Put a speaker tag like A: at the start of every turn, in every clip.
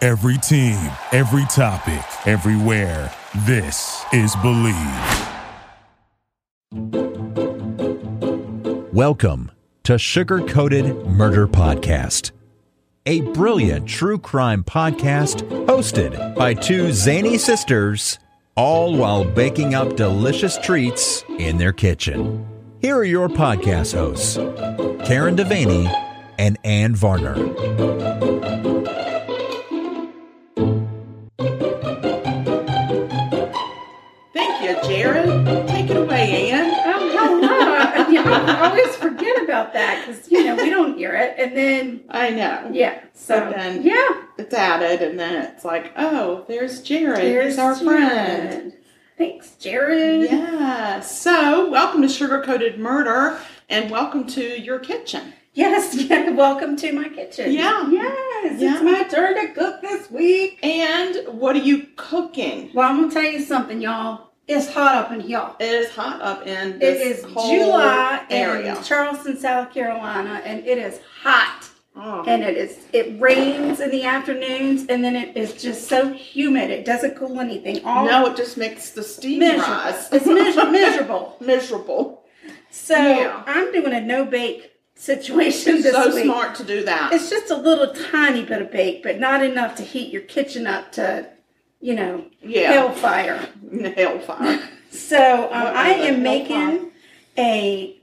A: Every team, every topic, everywhere. This is Believe.
B: Welcome to Sugar Coated Murder Podcast, a brilliant true crime podcast hosted by two zany sisters, all while baking up delicious treats in their kitchen. Here are your podcast hosts, Karen Devaney and Ann Varner.
C: Thank you, Jared. Take it away, Ann.
D: Um, hello. yeah, I always forget about that because you know we don't hear it, and then
C: I know.
D: yeah. So
C: But then-
D: yeah,
C: It's added, and then it's like, oh, there's Jared. He's our friend.
D: Thanks, Jared.
C: Yeah. So, welcome to Sugar Coated Murder, and welcome to your kitchen.
D: Yes. Yeah. Welcome to my kitchen.
C: Yeah.
D: Yes.
C: Yeah.
D: It's my turn to cook this week.
C: And what are you cooking?
D: Well, I'm gonna tell you something, y'all. It's hot up in here.
C: It is hot up in
D: It
C: this
D: is
C: whole
D: July
C: area.
D: in Charleston, South Carolina, and it is hot.
C: Oh.
D: and it is it rains in the afternoons and then it is just so humid it doesn't cool anything all
C: no, it just makes the steam
D: miserable
C: rise.
D: it's mis- miserable
C: miserable.
D: so
C: Yeah.
D: i'm doing a no bake situation this
C: So
D: week
C: smart to do that.
D: it's just a little tiny bit of bake but not enough to heat your kitchen up to you know
C: Yeah.
D: hellfire
C: Hellfire.
D: so um,
C: What
D: i
C: is a
D: am
C: hellfire?
D: making a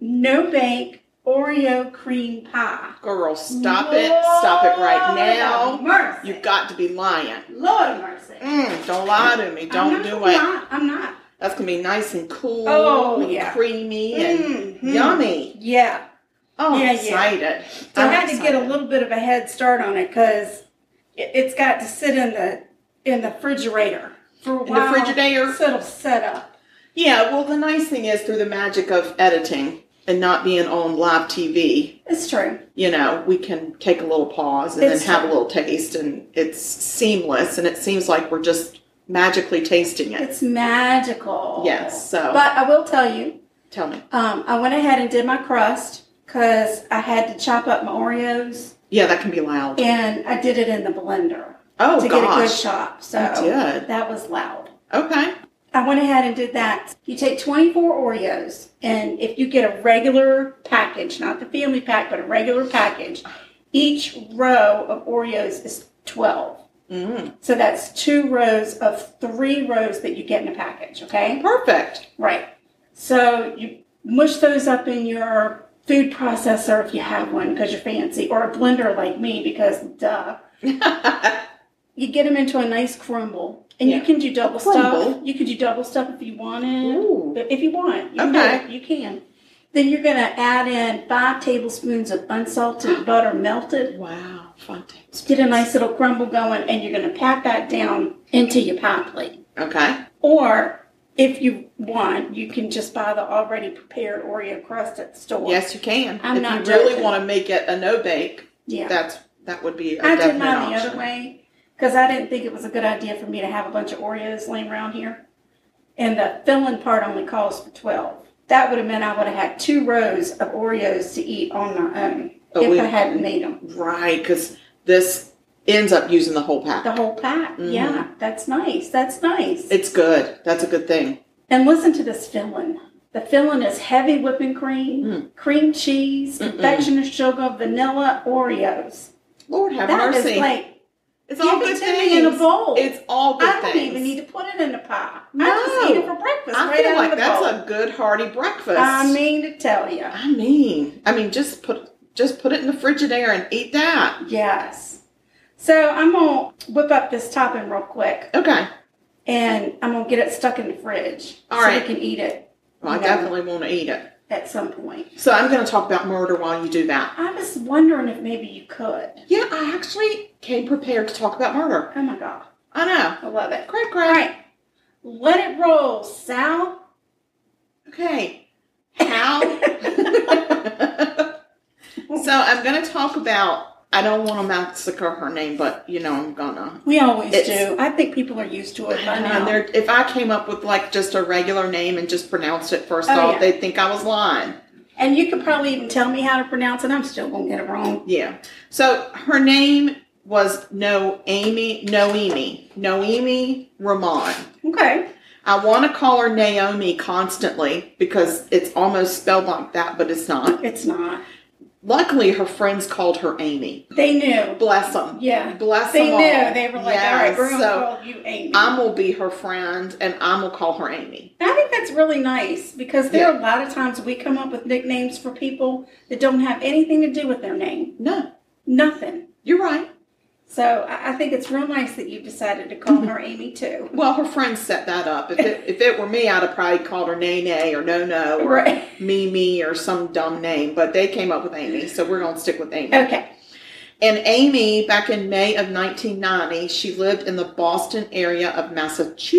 D: no bake oreo cream pie
C: Girl, stop it. Stop it right
D: Lord of
C: now.
D: mercy.
C: You've got to be lying.
D: Lord of mercy.
C: Mm, don't lie to me.
D: I'm
C: Don't
D: not-
C: do
D: I'm
C: it.
D: Not, I'm not.
C: That's gonna be nice and cool,
D: Oh,
C: and
D: yeah.
C: creamy and
D: Mhm.
C: yummy.
D: Yeah.
C: Oh,
D: Yeah,
C: I'm
D: yeah.
C: excited!
D: So i
C: I'm
D: had to get a
C: excited.
D: little bit of a head start on it because it, it's got to sit in the in the refrigerator for a
C: the
D: while.
C: refrigerator?
D: So it'll set up.
C: Yeah, well, the nice thing is through the magic of editing and not being on live TV,
D: It's true.
C: you know, we can take a little pause and
D: It's
C: then have
D: true.
C: a little taste, and it's seamless, and it seems like we're just magically tasting it.
D: It's magical.
C: Yes, so-
D: But I will tell you,
C: Tell me.
D: um, I went ahead and did my crust because I had to chop up my Oreos
C: Yeah, that can be loud.
D: and I did it in the blender
C: oh
D: to get a good
C: gosh.
D: chop. So
C: You did.
D: that was loud.
C: okay.
D: I went ahead and did that. You take 24 Oreos, and if you get a regular package, not the family pack, but a regular package, each row of Oreos is 12.
C: Mm,
D: So that's two rows of three rows that you get in a package, okay?
C: perfect.
D: Right. So you mush those up in your food processor if you have one because you're fancy, or a blender like me because duh. You get them into a nice crumble, and
C: Yeah.
D: you can do double
C: Crumble?
D: stuff. You can do double stuff if you want it,
C: Ooh.
D: but if you want, you
C: Okay.
D: can, you can. Then you're gonna add in five tablespoons of unsalted butter melted.
C: wow, fun taste.
D: Get a nice little crumble going, and you're gonna pat that down into your pie plate.
C: Okay.
D: Or if you want, you can just buy the already prepared Oreo crust at the store.
C: Yes, you can.
D: I'm
C: if
D: not
C: you really
D: joking.
C: want to make it a no bake,
D: Yeah.
C: that's that would be a
D: I did
C: definite
D: mine
C: option.
D: the other way because I didn't think it was a good idea for me to have a bunch of Oreos laying around here. And the filling part only calls for 12. That would have meant I would have had two rows of Oreos to eat on my own
C: But
D: if
C: we-
D: I hadn't made them.
C: Right, because this ends up using the whole pack.
D: The whole pack.
C: Mhm.
D: Yeah, that's nice. That's nice.
C: it's good. That's a good thing.
D: And listen to this filling. The filling is heavy whipping cream,
C: Mm.
D: cream cheese, confectioner's sugar, vanilla, Oreos.
C: Lord have
D: That is
C: mercy.
D: like
C: it's
D: give
C: all
D: it
C: good
D: to me in a
C: things.
D: bowl.
C: It's all good
D: I don't
C: things.
D: even need to put it in the pie.
C: No.
D: I just eat it for breakfast.
C: I
D: right
C: feel
D: out
C: like
D: of the
C: that's
D: bowl.
C: a good hearty breakfast.
D: I mean to tell you,
C: I mean, I mean, just put just put it in the frigidaire and eat that.
D: yes. So I'm gonna whip up this topping real quick,
C: Okay.
D: and I'm gonna get it stuck in the fridge
C: All
D: so
C: right.
D: we can eat it
C: Well, I
D: Yeah.
C: definitely want to eat it.
D: at some point.
C: So I'm going to talk about murder while you do that.
D: I was wondering if maybe you could.
C: Yeah, I actually came prepared to talk about murder.
D: Oh my god,
C: I know.
D: I love it.
C: Great,
D: All
C: great.
D: right, let it roll, Sal.
C: Okay. How? so I'm going to talk about. I don't want to massacre her name, but you know I'm gonna.
D: We always
C: It's-
D: do. I think people are used to it by
C: And
D: now.
C: there, if I came up with like just a regular name and just pronounced it first
D: Oh,
C: off,
D: yeah.
C: they'd think I was lying.
D: And you could probably even tell me how to pronounce it. I'm still gonna get it wrong.
C: Yeah. So her name was no Amy, Noemi, Noemi Ramon.
D: Okay.
C: I want to call her Naomi constantly because it's almost spelled like that, but it's not.
D: It's not.
C: Luckily, her friends called her Amy.
D: They knew.
C: Bless them.
D: Yeah.
C: Bless
D: They
C: them
D: knew.
C: all.
D: They were like,
C: Yeah,
D: all right, we're going to
C: so
D: call you Amy.
C: I'm will be her friend, and I'm will call her Amy.
D: I think that's really nice because there are a lot of times we come up with nicknames for people that don't have anything to do with their name.
C: No,
D: Nothing.
C: you're right.
D: So I, I think it's real nice that you decided to call her Amy too.
C: Well, her friends set that up. If it, if it were me, I'd have probably called her Nay Nay or No No or
D: Right.
C: Mimi or some dumb name. But they came up with Amy, so we're gonna stick with Amy.
D: Okay.
C: And Amy, back in May of 1990, she lived in the Boston area of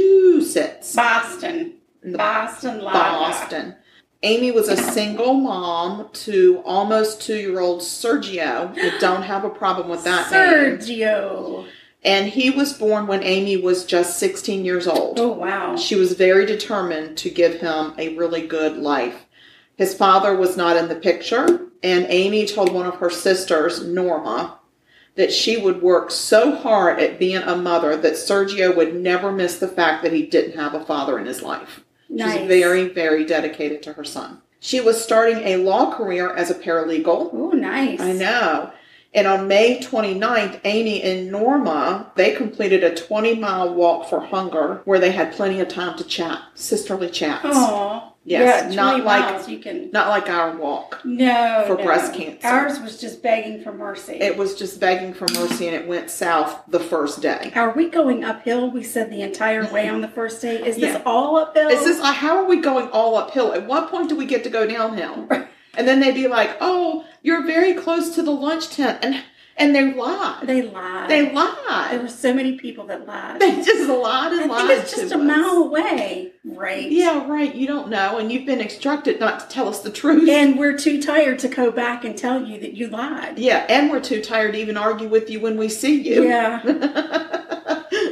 C: Massachusetts.
D: Boston. Boston. Lala.
C: Boston. Amy was a single mom to almost two year old Sergio. I don't have a problem with that name.
D: Sergio.
C: And he was born when Amy was just 16 years old.
D: Oh, wow.
C: She was very determined to give him a really good life. His father was not in the picture, and Amy told one of her sisters, Norma, that she would work so hard at being a mother that Sergio would never miss the fact that he didn't have a father in his life. She's
D: Nice.
C: very, very dedicated to her son. She was starting a law career as a paralegal.
D: Oh, nice.
C: I know. And on May 29th, Amy and Norma, they completed a 20-mile walk for hunger where they had plenty of time to chat, sisterly chats.
D: Aw.
C: Yes,
D: yeah,
C: not
D: 20
C: like-
D: miles you can.
C: Not like our walk.
D: No.
C: for
D: no.
C: breast cancer.
D: Ours was just begging for mercy.
C: It was just begging for mercy and it went south the first day.
D: Are we going uphill? We said the entire way on the first day. Is this
C: Yeah.
D: all uphill?
C: It's just like, how are we going all uphill? At what point do we get to go downhill? And then they'd be like, oh, you're very close to the lunch tent. And, and they lied.
D: They lied.
C: They
D: There
C: lied.
D: were so many people that lied.
C: They just lied and
D: I
C: lied
D: think it's just
C: to
D: a
C: us.
D: mile away, right?
C: Yeah, right. You don't know, and you've been instructed not to tell us the truth.
D: And we're too tired to go back and tell you that you lied.
C: yeah, and we're too tired to even argue with you when we see you.
D: Yeah.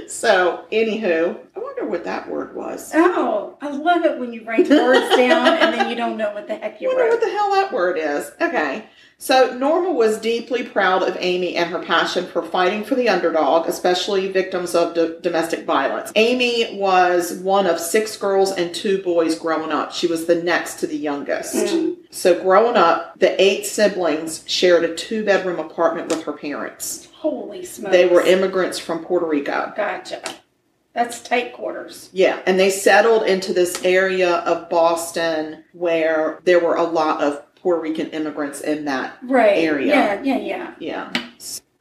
C: So, anywho, I wonder what that word was. I
D: Oh, I love it when you write words down and then you don't know what the heck you
C: wonder what
D: wrote.
C: the hell that word is. Okay. So, Norma was deeply proud of Amy and her passion for fighting for the underdog, especially victims of do- domestic violence. Amy was one of six girls and two boys growing up. She was the next to the youngest.
D: Mm-hmm. Mm,
C: So, growing up, the eight siblings shared a two bedroom apartment with her parents.
D: Holy smokes.
C: They were immigrants from Puerto Rico.
D: Gotcha. That's tight quarters.
C: Yeah, and they settled into this area of Boston where there were a lot of Puerto Rican immigrants in that
D: Right.
C: area.
D: Yeah, yeah, yeah.
C: Yeah.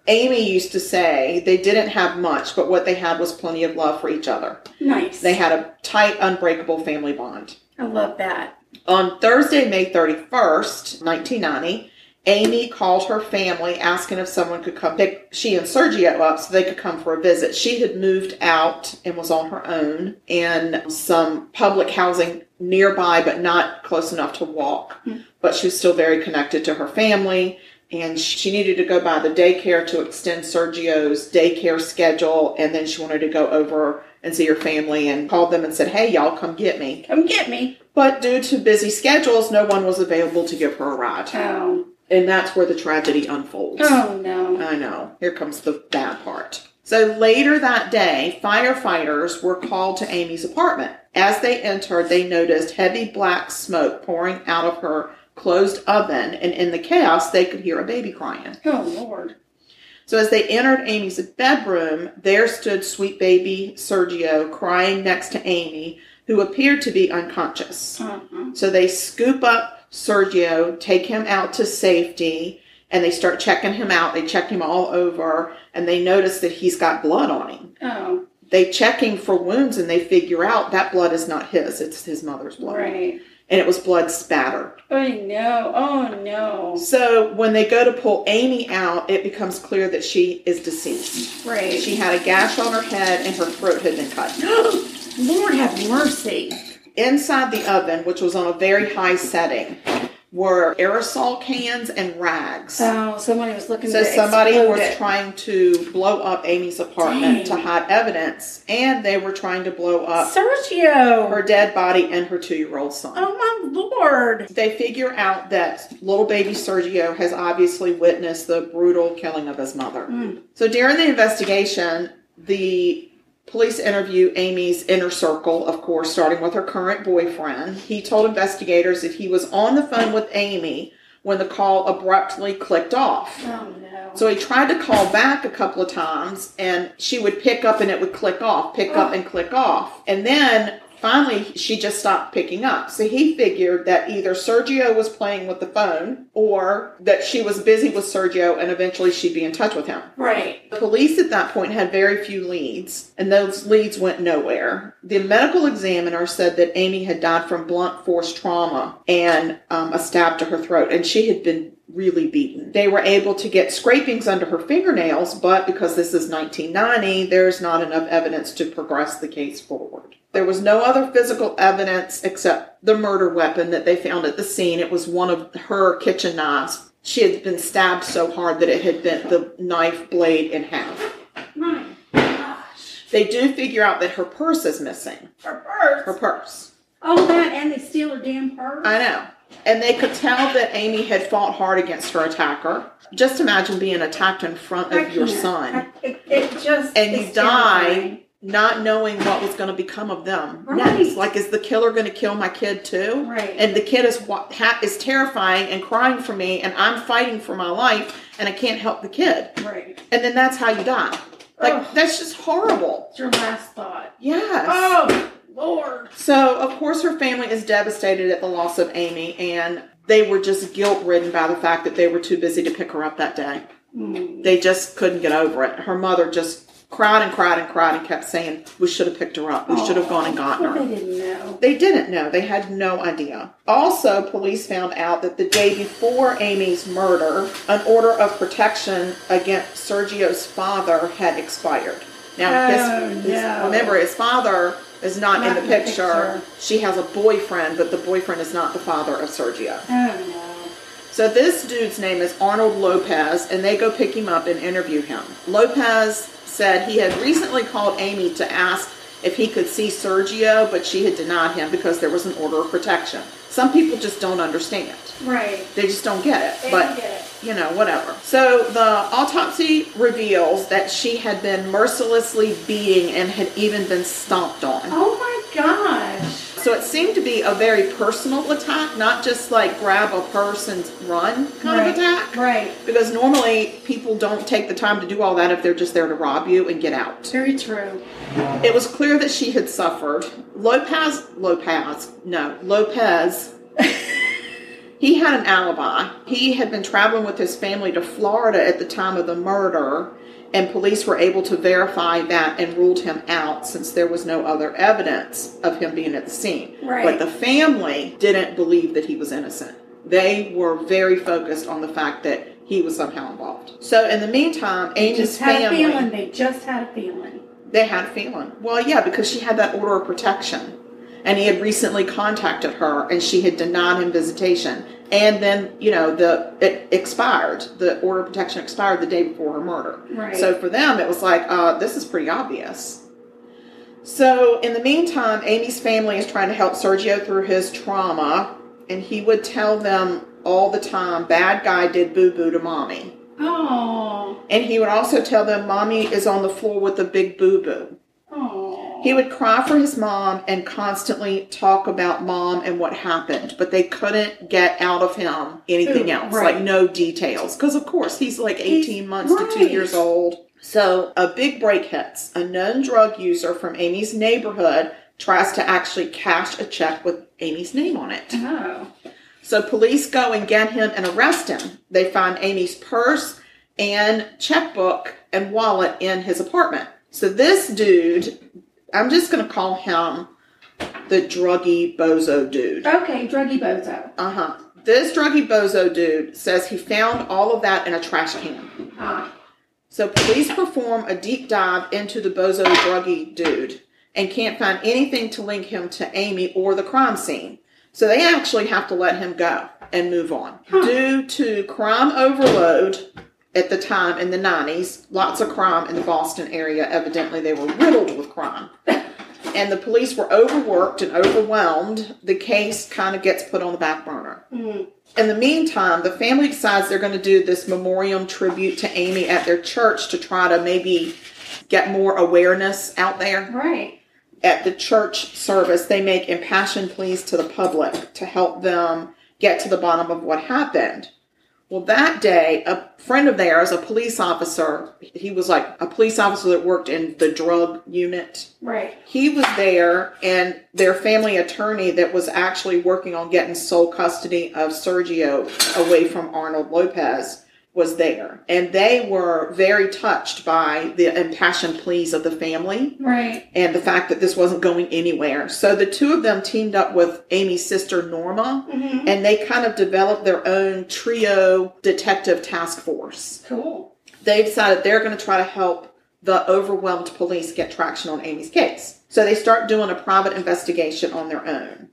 C: Amy used to say they didn't have much, but what they had was plenty of love for each other.
D: Nice.
C: They had a tight, unbreakable family bond.
D: I love that.
C: On Thursday, May 31st, 1990, Amy called her family asking if someone could come pick she and Sergio up so they could come for a visit. She had moved out and was on her own in some public housing nearby, but not close enough to walk. But she was still very connected to her family. And she needed to go by the daycare to extend Sergio's daycare schedule. And then she wanted to go over and see her family and called them and said, Hey, y'all, come get me.
D: Come get me.
C: But due to busy schedules, no one was available to give her a ride.
D: Oh.
C: And that's where the tragedy unfolds.
D: Oh no.
C: I know. Here comes the bad part. So later that day, firefighters were called to Amy's apartment. As they entered, they noticed heavy black smoke pouring out of her closed oven, and in the chaos, they could hear a baby crying.
D: Oh Lord.
C: So as they entered Amy's bedroom, there stood sweet baby Sergio crying next to Amy, who appeared to be unconscious.
D: Uh-huh.
C: So they scoop up Sergio, take him out to safety, and they start checking him out. They check him all over, and they notice that he's got blood on him.
D: Oh,
C: They check him for wounds, and they figure out that blood is not his; it's his mother's blood,
D: right.
C: and it was blood spattered.
D: Oh no. Oh no.
C: So when they go to pull Amy out, it becomes clear that she is deceased.
D: Right.
C: She had a gash on her head, and her throat had been cut.
D: Lord have mercy.
C: inside the oven, which was on a very high setting, were aerosol cans and rags.
D: Oh, somebody was looking.
C: So
D: to
C: somebody
D: explode
C: was
D: it.
C: trying to blow up Amy's apartment
D: Dang.
C: to hide evidence, and they were trying to blow up
D: Sergio.
C: her dead body and her two-year-old son.
D: oh my lord.
C: They figure out that little baby Sergio has obviously witnessed the brutal killing of his mother.
D: Hmm.
C: So during the investigation, the police interview Amy's inner circle, of course, starting with her current boyfriend. He told investigators that he was on the phone with Amy when the call abruptly clicked off.
D: Oh no.
C: So he tried to call back a couple of times and she would pick up and it would click off, pick up and click off. And then finally she just stopped picking up. So he figured that either Sergio was playing with the phone or that she was busy with Sergio and eventually she'd be in touch with him.
D: right.
C: The police at that point had very few leads, and those leads went nowhere. The medical examiner said that Amy had died from blunt force trauma and um, a stab to her throat, and she had been really beaten. They were able to get scrapings under her fingernails, but because this is 1990, there's not enough evidence to progress the case forward. There was no other physical evidence except the murder weapon that they found at the scene. It was one of her kitchen knives she had been stabbed so hard that it had bent the knife blade in half.
D: My gosh.
C: They do figure out that her purse is missing.
D: Her purse.
C: Her purse.
D: Oh, that and they steal her damn purse.
C: I know. And they could tell that Amy had fought hard against her attacker. Just imagine being attacked in front
D: I
C: of your
D: can't.
C: son
D: I- it, it just
C: and you
D: it's
C: die
D: terrifying.
C: not knowing what was going to become of them.
D: Right.
C: Next. Like, is the killer going to kill my kid too?
D: Right.
C: And the kid is wa- ha- is terrifying and crying for me, and I'm fighting for my life, and I can't help the kid.
D: Right.
C: and then that's how you die. Like
D: Ugh.
C: that's just horrible.
D: It's your last thought.
C: Yes.
D: Oh Lord.
C: So of course her family is devastated at the loss of Amy, and they were just guilt ridden by the fact that they were too busy to pick her up that day. They just couldn't get over it. Her mother just cried and cried and cried and kept saying, "We should have picked her up. We should have gone and gotten
D: Well,
C: her."
D: Oh, they didn't know.
C: They didn't know. They had no idea. Also, police found out that the day before Amy's murder, an order of protection against Sergio's father had expired. Now,
D: Oh,
C: his, his-
D: no.
C: remember, his father is not, in the picture.
D: picture.
C: She has a boyfriend, but the boyfriend is not the father of Sergio.
D: Oh
C: So this dude's name is Arnold Lopez, and they go pick him up and interview him. Lopez said he had recently called Amy to ask if he could see Sergio, but she had denied him because there was an order of protection. Some people just don't understand.
D: no. Right.
C: They just don't get it.
D: They
C: but
D: don't get it.
C: you know, whatever. So the autopsy reveals that she had been mercilessly beating and had even been stomped on.
D: Oh my gosh.
C: So it seemed to be a very personal attack, not just like grab a purse and run kind
D: right.
C: of attack.
D: Right.
C: Because normally people don't take the time to do all that if they're just there to rob you and get out.
D: Very true.
C: It was clear that she had suffered. Lopez, Lopez, no, Lopez, he had an alibi. He had been traveling with his family to Florida at the time of the murder, and police were able to verify that and ruled him out since there was no other evidence of him being at the scene.
D: Right.
C: But the family didn't believe that he was innocent. They were very focused on the fact that he was somehow involved. So in the meantime, Amy's
D: Just had
C: family
D: a feeling. They just had a feeling.
C: they had a feeling. Well, yeah, because she had that order of protection. And he had recently contacted her and she had denied him visitation. And then, you know, the it expired. The order of protection expired the day before her murder.
D: Right.
C: So for them, it was like, uh, this is pretty obvious. So in the meantime, Amy's family is trying to help Sergio through his trauma. And he would tell them all the time, bad guy did boo boo to mommy.
D: Oh.
C: And he would also tell them, mommy is on the floor with a big boo boo.
D: Oh.
C: He would cry for his mom and constantly talk about mom and what happened, but they couldn't get out of him anything
D: Ooh,
C: else,
D: right.
C: like no details. Because, of course, he's like 18
D: He's-
C: months to two
D: right.
C: years old. So, a big break hits. A known drug user from Amy's neighborhood tries to actually cash a check with Amy's name on it.
D: Oh.
C: So police go and get him and arrest him. They find Amy's purse and checkbook and wallet in his apartment. So this dude, I'm just going to call him the druggy bozo dude.
D: Okay, druggy bozo.
C: Uh huh. This druggy bozo dude says he found all of that in a trash can.
D: Ah.
C: So police perform a deep dive into the bozo druggy dude and can't find anything to link him to Amy or the crime scene. So they actually have to let him go and move on. Due to crime overload at the time in the 90s, lots of crime in the Boston area. Evidently, they were riddled with crime. And the police were overworked and overwhelmed. The case kind of gets put on the back burner. In the meantime, the family decides they're going to do this memoriam tribute to Amy at their church to try to maybe get more awareness out there
D: Right.
C: at the church service, they make impassioned pleas to the public to help them get to the bottom of what happened. Well, that day, a friend of theirs, a police officer, he was like a police officer that worked in the drug unit.
D: Right.
C: He was there, and their family attorney that was actually working on getting sole custody of Sergio away from Arnold Lopez was there. And they were very touched by the impassioned pleas of the family
D: Right.
C: and the fact that this wasn't going anywhere. So the two of them teamed up with Amy's sister Norma
D: Mhm.
C: and they kind of developed their own trio detective task force.
D: Cool.
C: They decided they're going to try to help the overwhelmed police get traction on Amy's case. So they start doing a private investigation on their own.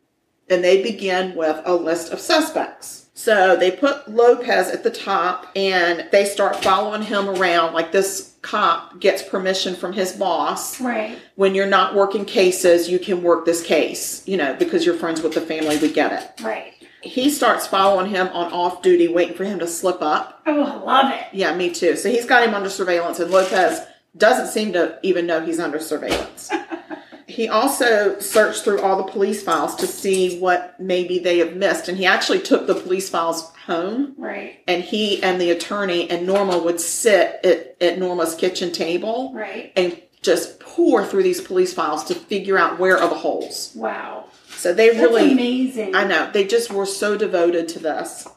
C: And they begin with a list of suspects. So they put Lopez at the top and they start following him around. Like this cop gets permission from his boss
D: Right.
C: when you're not working cases, you can work this case, you know, because you're friends with the family, we get
D: Right.
C: it. He starts following him on off duty, waiting for him to slip up.
D: Oh, I love it.
C: Yeah, me too. So he's got him under surveillance, and Lopez doesn't seem to even know he's under surveillance. he also searched through all the police files to see what maybe they have missed, and he actually took the police files home.
D: Right.
C: And he and the attorney and Norma would sit at, at Norma's kitchen table
D: Right.
C: and just pour through these police files to figure out where are the holes.
D: Wow.
C: So they
D: That's
C: really,
D: amazing.
C: I know, they just were so devoted to this.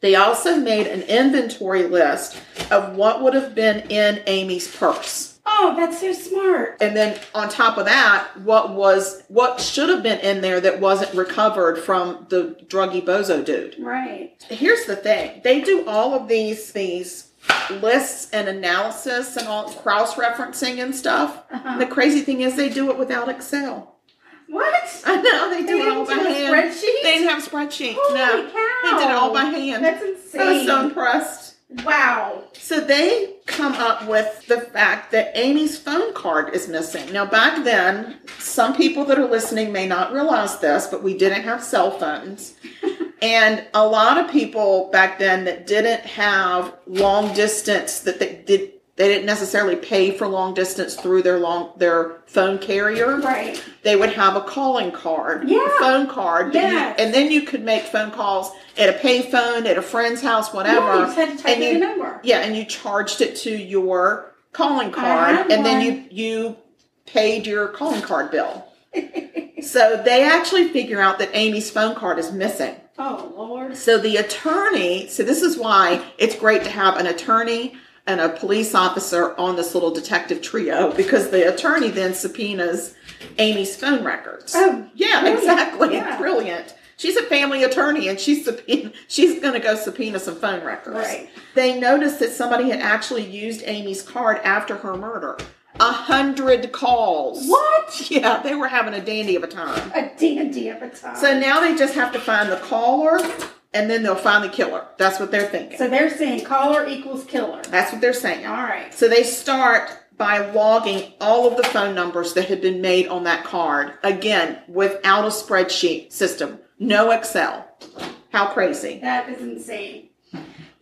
C: They also made an inventory list of what would have been in Amy's purse.
D: Oh, that's so smart.
C: And then on top of that, what was what should have been in there that wasn't recovered from the druggy bozo dude.
D: Right.
C: here's the thing they do all of these these lists and analysis and all cross referencing and stuff
D: Uh-huh.
C: the crazy thing is they do it without excel
D: What?
C: i know they do
D: They
C: it all by
D: didn't do a
C: hand
D: spreadsheet?
C: they didn't have spreadsheets
D: Holy
C: no
D: cow.
C: they did it all by hand
D: That's
C: i was
D: insane.
C: so impressed
D: wow.
C: so they come up with the fact that Amy's phone card is missing. Now, back then, some people that are listening may not realize this, but we didn't have cell phones. and a lot of people back then that didn't have long distance that they did they didn't necessarily pay for long distance through their long their phone carrier
D: Right.
C: they would have a calling card,
D: Yeah.
C: a phone card. that you-
D: Yes.
C: and then you could make phone calls at a payphone, at a friend's house, whatever.
D: Yeah, you just had to type
C: and
D: in
C: you,
D: the number.
C: Yeah, and you charged it to your calling
D: I
C: card,
D: had
C: and then you
D: Uh-huh, one.
C: you paid your calling card bill. so they actually figure out that Amy's phone card is missing.
D: Oh Lord.
C: So the attorney, so this is why it's great to have an attorney and a police officer on this little detective trio because the attorney then subpoenas Amy's phone records.
D: Oh,
C: yeah,
D: brilliant.
C: exactly.
D: Yeah.
C: Brilliant. She's a family attorney and she's subpoena, she's going to go subpoena some phone records.
D: Right.
C: They noticed that somebody had actually used Amy's card after her murder. A hundred calls.
D: What?
C: Yeah, they were having a dandy of a time.
D: A dandy of a time.
C: So now they just have to find the caller and then they'll find the killer. That's what they're thinking.
D: So they're saying caller equals killer.
C: That's what they're saying.
D: All right.
C: So they start by logging all of the phone numbers that had been made on that card. Again, without a spreadsheet system, no Excel. How crazy.
D: That is insane.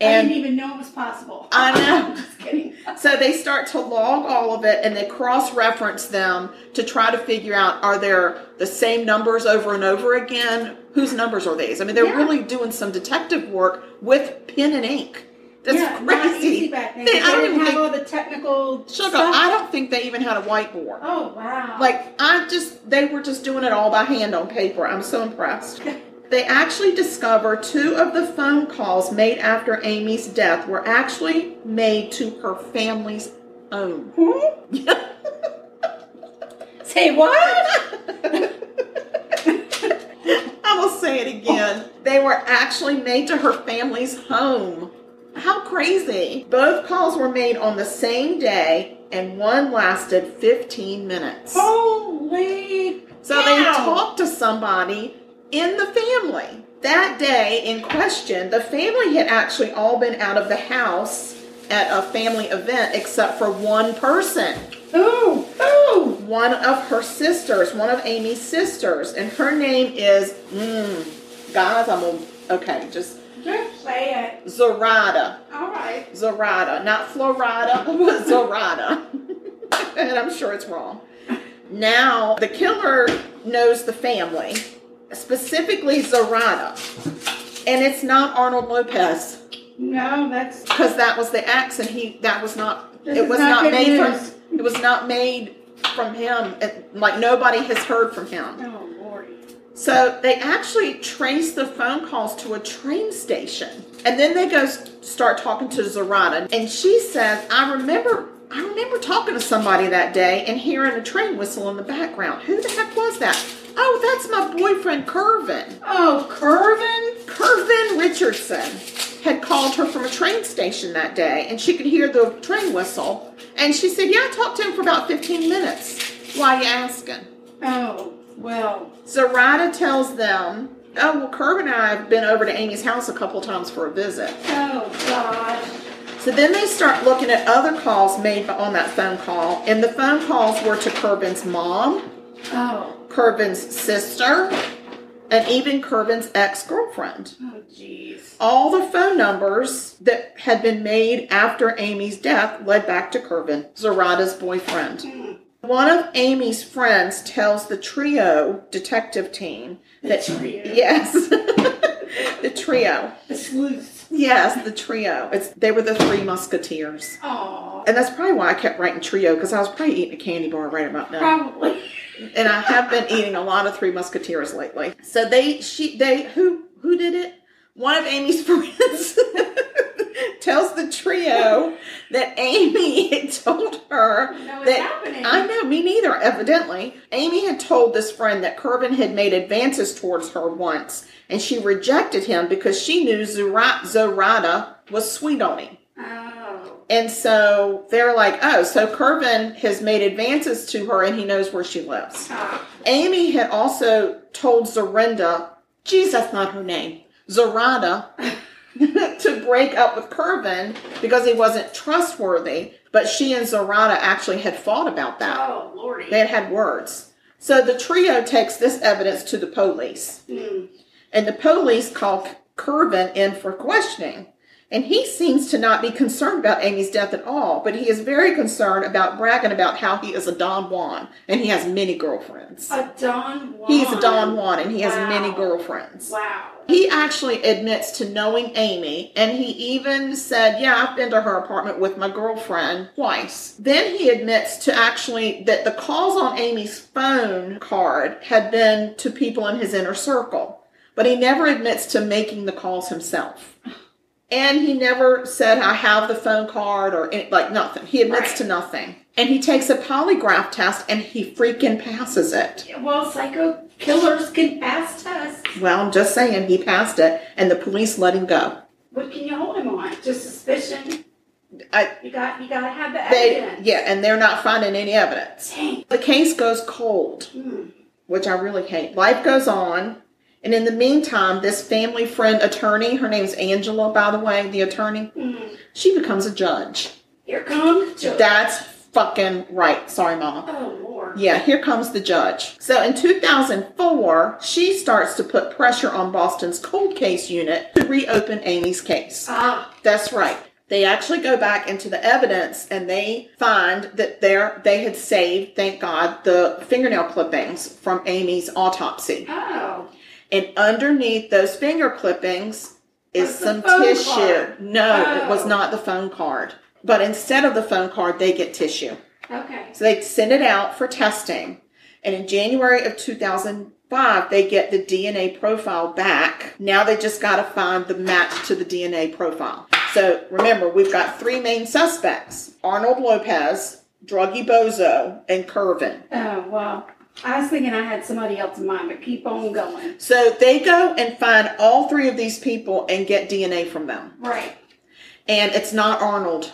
C: And-
D: I didn't even know it was possible.
C: I know.
D: I'm just kidding.
C: So they start to log all of it and they cross reference them to try to figure out are there the same numbers over and over again? Whose numbers are these? I mean, they're
D: Yeah.
C: really doing some detective work with pen and ink. That's
D: yeah,
C: crazy.
D: Not easy back then.
C: They- I don't
D: didn't
C: even
D: have
C: think,
D: all the technical
C: sugar,
D: stuff.
C: I don't think they even had a whiteboard.
D: Oh wow.
C: Like I just they were just doing it all by hand on paper. I'm so impressed. They actually discover two of the phone calls made after Amy's death were actually made to her family's home.
D: Hmm? Say what?
C: I will say it again. They were actually made to her family's home. How crazy. Both calls were made on the same day and one lasted 15 minutes.
D: Holy
C: So they
D: cow.
C: talked to somebody in the family. That day in question, the family had actually all been out of the house at a family event except for one person.
D: Ooh, ooh.
C: One of her sisters, one of Amy's sisters, and her name is, mm, guys, I'm gonna, okay, just
D: Just play it.
C: Zorada.
D: All right.
C: Zorada, not Florida, but Zorada. and I'm sure it's wrong. Now, the killer knows the family, specifically Zorada. And it's not Arnold Lopez,
D: No, that's
C: because that was the axe, and he that was not
D: This
C: it
D: is
C: was
D: not
C: not,
D: good
C: made
D: news.
C: from it was not made from him. It, like nobody has heard from him.
D: oh lordy.
C: So they actually trace the phone calls to a train station, and then they go s- start talking to Zarada, and she says, "I remember, I remember talking to somebody that day and hearing a train whistle in the background. Who the heck was that? Oh, that's my boyfriend Curvin.
D: Oh, curving.
C: Curvin Richardson had called her from a train station that day, and she could hear the train whistle, and she said, "Yeah, I talked to him for about 15 minutes. Why you asking?"
D: Oh well.
C: Zarada tells them, Oh, well, Curb and I have been over to Amy's house a couple times for a visit.
D: Oh gosh.
C: So then they start looking at other calls made on that phone call, and the phone calls were to Curbin's mom,
D: Oh.
C: Curbin's sister, and even Curbin's ex girlfriend.
D: Oh jeez.
C: All the phone numbers that had been made after Amy's death led back to Curbin, Zarada's boyfriend. One of Amy's friends tells the trio detective team that
D: trio.
C: yes, the trio.
D: The sleuths.
C: Yes, the trio. It's they were the three musketeers,
D: Oh.
C: and that's probably why I kept writing trio because I was probably eating a candy bar right about now,
D: Probably.
C: and I have been eating a lot of three musketeers lately. So they, she, they, who, who did it? One of Amy's friends tells the trio that Amy had told her
D: No, it's
C: that
D: happening.
C: I know, me neither, evidently. Amy had told this friend that Curbin had made advances towards her once, and she rejected him because she knew Zura- Zorada was sweet on him.
D: Oh.
C: And so they're like, oh, so Curbin has made advances to her and he knows where she lives.
D: Ah.
C: Amy had also told Zorinda, geez, that's not her name, Zorada, to break up with Curbin because he wasn't trustworthy. But she and Zorada actually had fought about that.
D: Oh lordy.
C: They had had words. So the trio takes this evidence to the police.
D: Hmm.
C: And the police call Curvin in for questioning. And he seems to not be concerned about Amy's death at all, but he is very concerned about bragging about how he is a Don Juan and he has many girlfriends.
D: A Don Juan.
C: He's a Don Juan and he has
D: Wow.
C: many girlfriends.
D: Wow.
C: He actually admits to knowing Amy, and he even said, Yeah, I've been to her apartment with my girlfriend twice. Then he admits to actually that the calls on Amy's phone card had been to people in his inner circle, but he never admits to making the calls himself. And he never said, I have the phone card or any, like nothing. He admits
D: Right.
C: to nothing. And he takes a polygraph test and he freaking passes it.
D: Well, psycho killers can pass tests.
C: Well, I'm just saying he passed it, and the police let him go.
D: What can you hold him on? Just suspicion.
C: I,
D: You got. You gotta have the
C: they,
D: evidence.
C: yeah, and they're not finding any evidence.
D: Dang.
C: The case goes cold,
D: Hmm.
C: which I really hate. Life goes on, and in the meantime, this family friend attorney, her name's Angela, by the way, the attorney,
D: Mm.
C: she becomes a judge.
D: Here comes Joe.
C: That's fucking right. Sorry, Mama.
D: oh Lord.
C: Yeah, here comes the judge. So in 2004, she starts to put pressure on Boston's cold case unit to reopen Amy's case.
D: Ah.
C: That's right. They actually go back into the evidence and they find that there they had saved, thank God, the fingernail clippings from Amy's autopsy.
D: Oh.
C: And underneath those finger clippings is
D: Was the
C: some
D: phone
C: tissue.
D: card?
C: No, it
D: Oh.
C: was not the phone card. But instead of the phone card, they get tissue.
D: Okay.
C: So they send it out for testing. And in January of 2005, they get the DNA profile back. Now they just got to find the match to the DNA profile. So remember, we've got three main suspects Arnold Lopez, Druggy Bozo, and Curvin.
D: Oh well. I was thinking I had somebody else in mind, but keep on going.
C: So they go and find all three of these people and get DNA from them.
D: Right.
C: And it's not Arnold.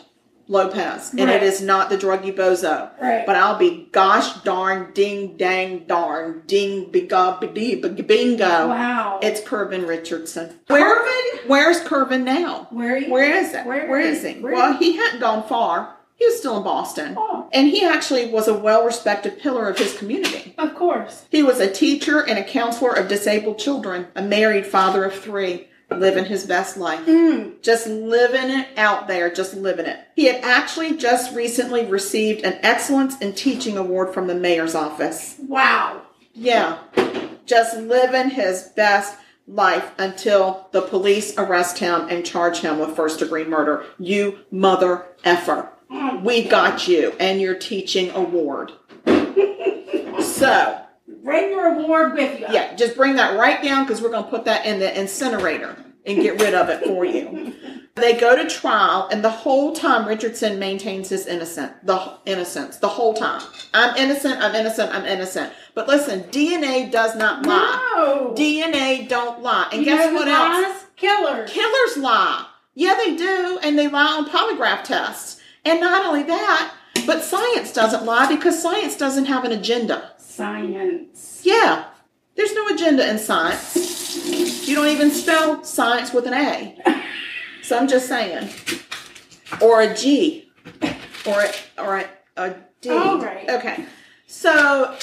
C: Lopez, and
D: Right.
C: it is not the druggy bozo.
D: Right.
C: But I'll be gosh darn ding dang darn ding uh, bigob bidee bingo.
D: Wow.
C: It's Curvin Richardson. Curvin, where's Curvin now?
D: Where he-
C: Where is it?
D: where
C: where
D: is
C: is
D: he?
C: he?
D: Where
C: well,
D: is
C: he hadn't gone far. He was still in Boston,
D: Oh.
C: and he actually was a well-respected pillar of his community.
D: of course.
C: He was a teacher and a counselor of disabled children, a married father of three, living his best life. Just living it out there, just living it. He had actually just recently received an Excellence in Teaching Award from the mayor's office.
D: Wow.
C: Yeah. Just living his best life until the police arrest him and charge him with first degree murder. You mother effer. We got you and your teaching award. so,
D: Bring your award with you.
C: yeah, just bring that right down because we're going to put that in the incinerator and get rid of it for you. They go to trial, and the whole time Richardson maintains his innocent, the innocence, the whole time. I'm innocent. I'm innocent. I'm innocent. But listen, DNA does not lie.
D: No.
C: DNA don't lie. And
D: You
C: guess
D: know
C: what
D: who
C: else?
D: lies? Killers.
C: Killers lie. Yeah, they do, and they lie on polygraph tests. And not only that, but science doesn't lie because science doesn't have an agenda.
D: Science.
C: Yeah. There's no agenda in science. You don't even spell science with an A. So I'm just saying. Or a G. Or a, or a, a D.
D: All right.
C: Okay. So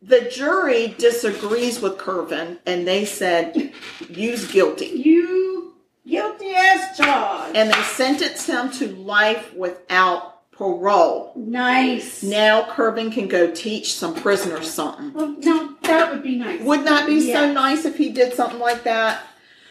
C: the jury disagrees with Curvin and they said, use guilty.
D: You guilty as charged.
C: And they sentenced him to life without parole.
D: nice.
C: Now Curvin can go teach some prisoners something.
D: Well, no, that would be nice.
C: Would not be so
D: Yes.
C: nice if he did something like that.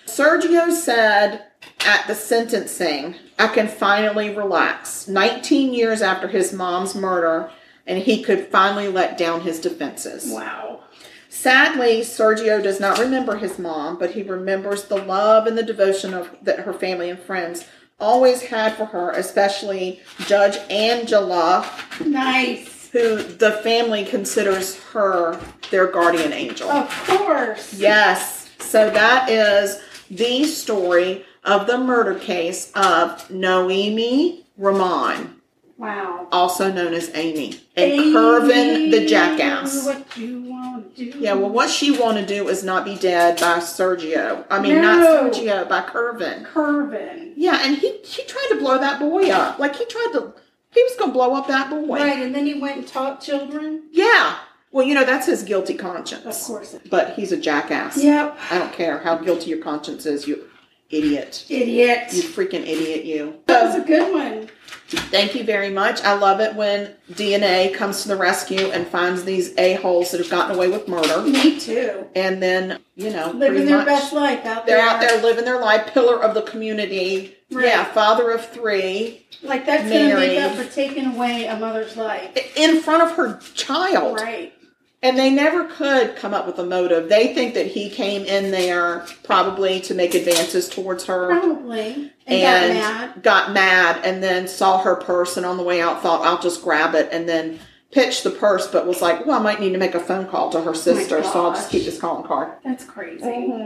C: Sergio said at the sentencing, I can finally relax. 19 years after his mom's murder, and he could finally let down his defenses.
D: Wow.
C: Sadly, Sergio does not remember his mom, but he remembers the love and the devotion of that her family and friends always had for her, especially Judge Angela,
D: Nice.
C: who the family considers her their guardian angel.
D: Of course.
C: Yes. So that is the story of the murder case of Noemi Ramon,
D: Wow.
C: also known as Amy, and Curvin the jackass.
D: What you want to do?
C: Yeah, well, what she want to do is not be dead by Sergio. I mean,
D: No.
C: not Sergio, by Curvin.
D: Curvin.
C: Yeah, and he he tried to blow that boy up. Like he tried to, he was gonna blow up that boy.
D: Right, and then he went and taught children.
C: Yeah. Well, you know that's his guilty
D: Of
C: conscience.
D: course. it-
C: But he's a jackass.
D: Yep.
C: I don't care how guilty your conscience is, you idiot.
D: Idiot.
C: You freaking idiot, you.
D: That was a good one.
C: Thank you very much. I love it when DNA comes to the rescue and finds these a-holes that have gotten away with murder.
D: Me too.
C: And then, you know, pretty
D: Living their
C: much
D: best life out
C: they're
D: there.
C: out there living their life, pillar of the community.
D: Right.
C: Yeah, father of three,
D: Like that's going to make
C: Married.
D: up for taking away a mother's life.
C: in front of her child.
D: Right.
C: And they never could come up with a motive. They think that he came in there probably to make advances towards her.
D: Probably. And,
C: and
D: got mad.
C: got mad and then saw her purse and on the way out thought I'll just grab it and then pitched the purse but was like, well, I might need to make a phone call to her sister, so I'll just
D: Oh gosh.
C: keep this calling card.
D: That's crazy.
C: Mm-hmm.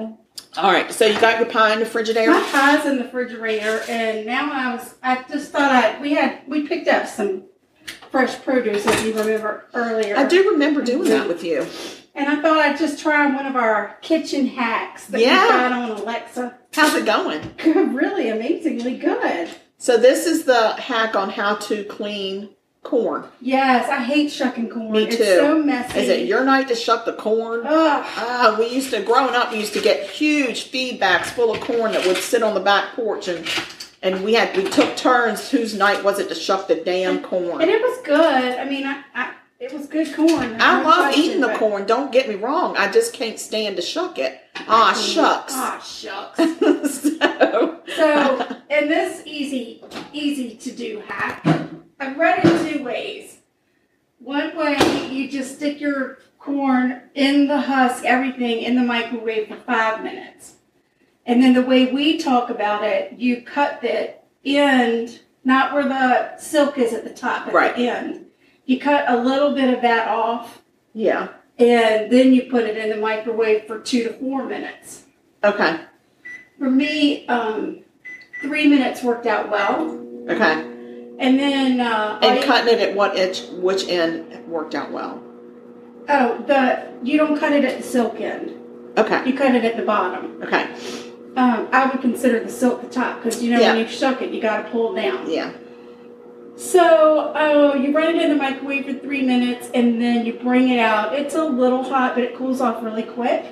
C: All right, so you got your pie in the
D: My
C: Frigidaire.
D: pie's in the refrigerator, and now I was. I just thought I we had we picked up some fresh produce, if you remember earlier.
C: I do remember doing that with you.
D: And I thought I'd just try one of our kitchen hacks that
C: Yeah.
D: we got on Alexa.
C: How's it going?
D: really amazingly good.
C: So this is the hack on how to clean corn.
D: Yes, I hate shucking corn.
C: Me too.
D: It's so messy.
C: Is it your night to shuck the corn?
D: Ugh.
C: Ah, we used to growing up. We used to get huge feedbacks full of corn that would sit on the back porch, and and we had we took turns. Whose night was it to shuck the damn
D: And
C: corn?
D: it was good. I mean, I, I it was good corn. There's
C: I
D: no
C: love
D: question,
C: eating the
D: but-
C: corn. Don't get me wrong. I just can't stand to shuck it. Ah, shucks.
D: Ah, shucks.
C: so,
D: So, in this easy, easy to do hack, I've read it two ways. One way, you just stick your corn in the husk, everything in the microwave for five minutes. And then the way we talk about it, you cut the end, not where the silk is at the top, at
C: Right.
D: the end. You cut a little bit of that off,
C: yeah.
D: and then you put it in the microwave for two to four minutes.
C: Okay.
D: For me, um, three minutes worked out well.
C: Okay.
D: And then uh,
C: And
D: I-
C: cutting it at what edge, which end worked out well.
D: oh, the you don't cut it at the silk end.
C: Okay.
D: You cut it at the bottom.
C: Okay.
D: Um, I would consider the silk the top because you know
C: Yeah.
D: when you shuck it, you got to pull it down.
C: Yeah.
D: So uh, you run it in the microwave for three minutes and then you bring it out. It's a little hot, but it cools off really quick.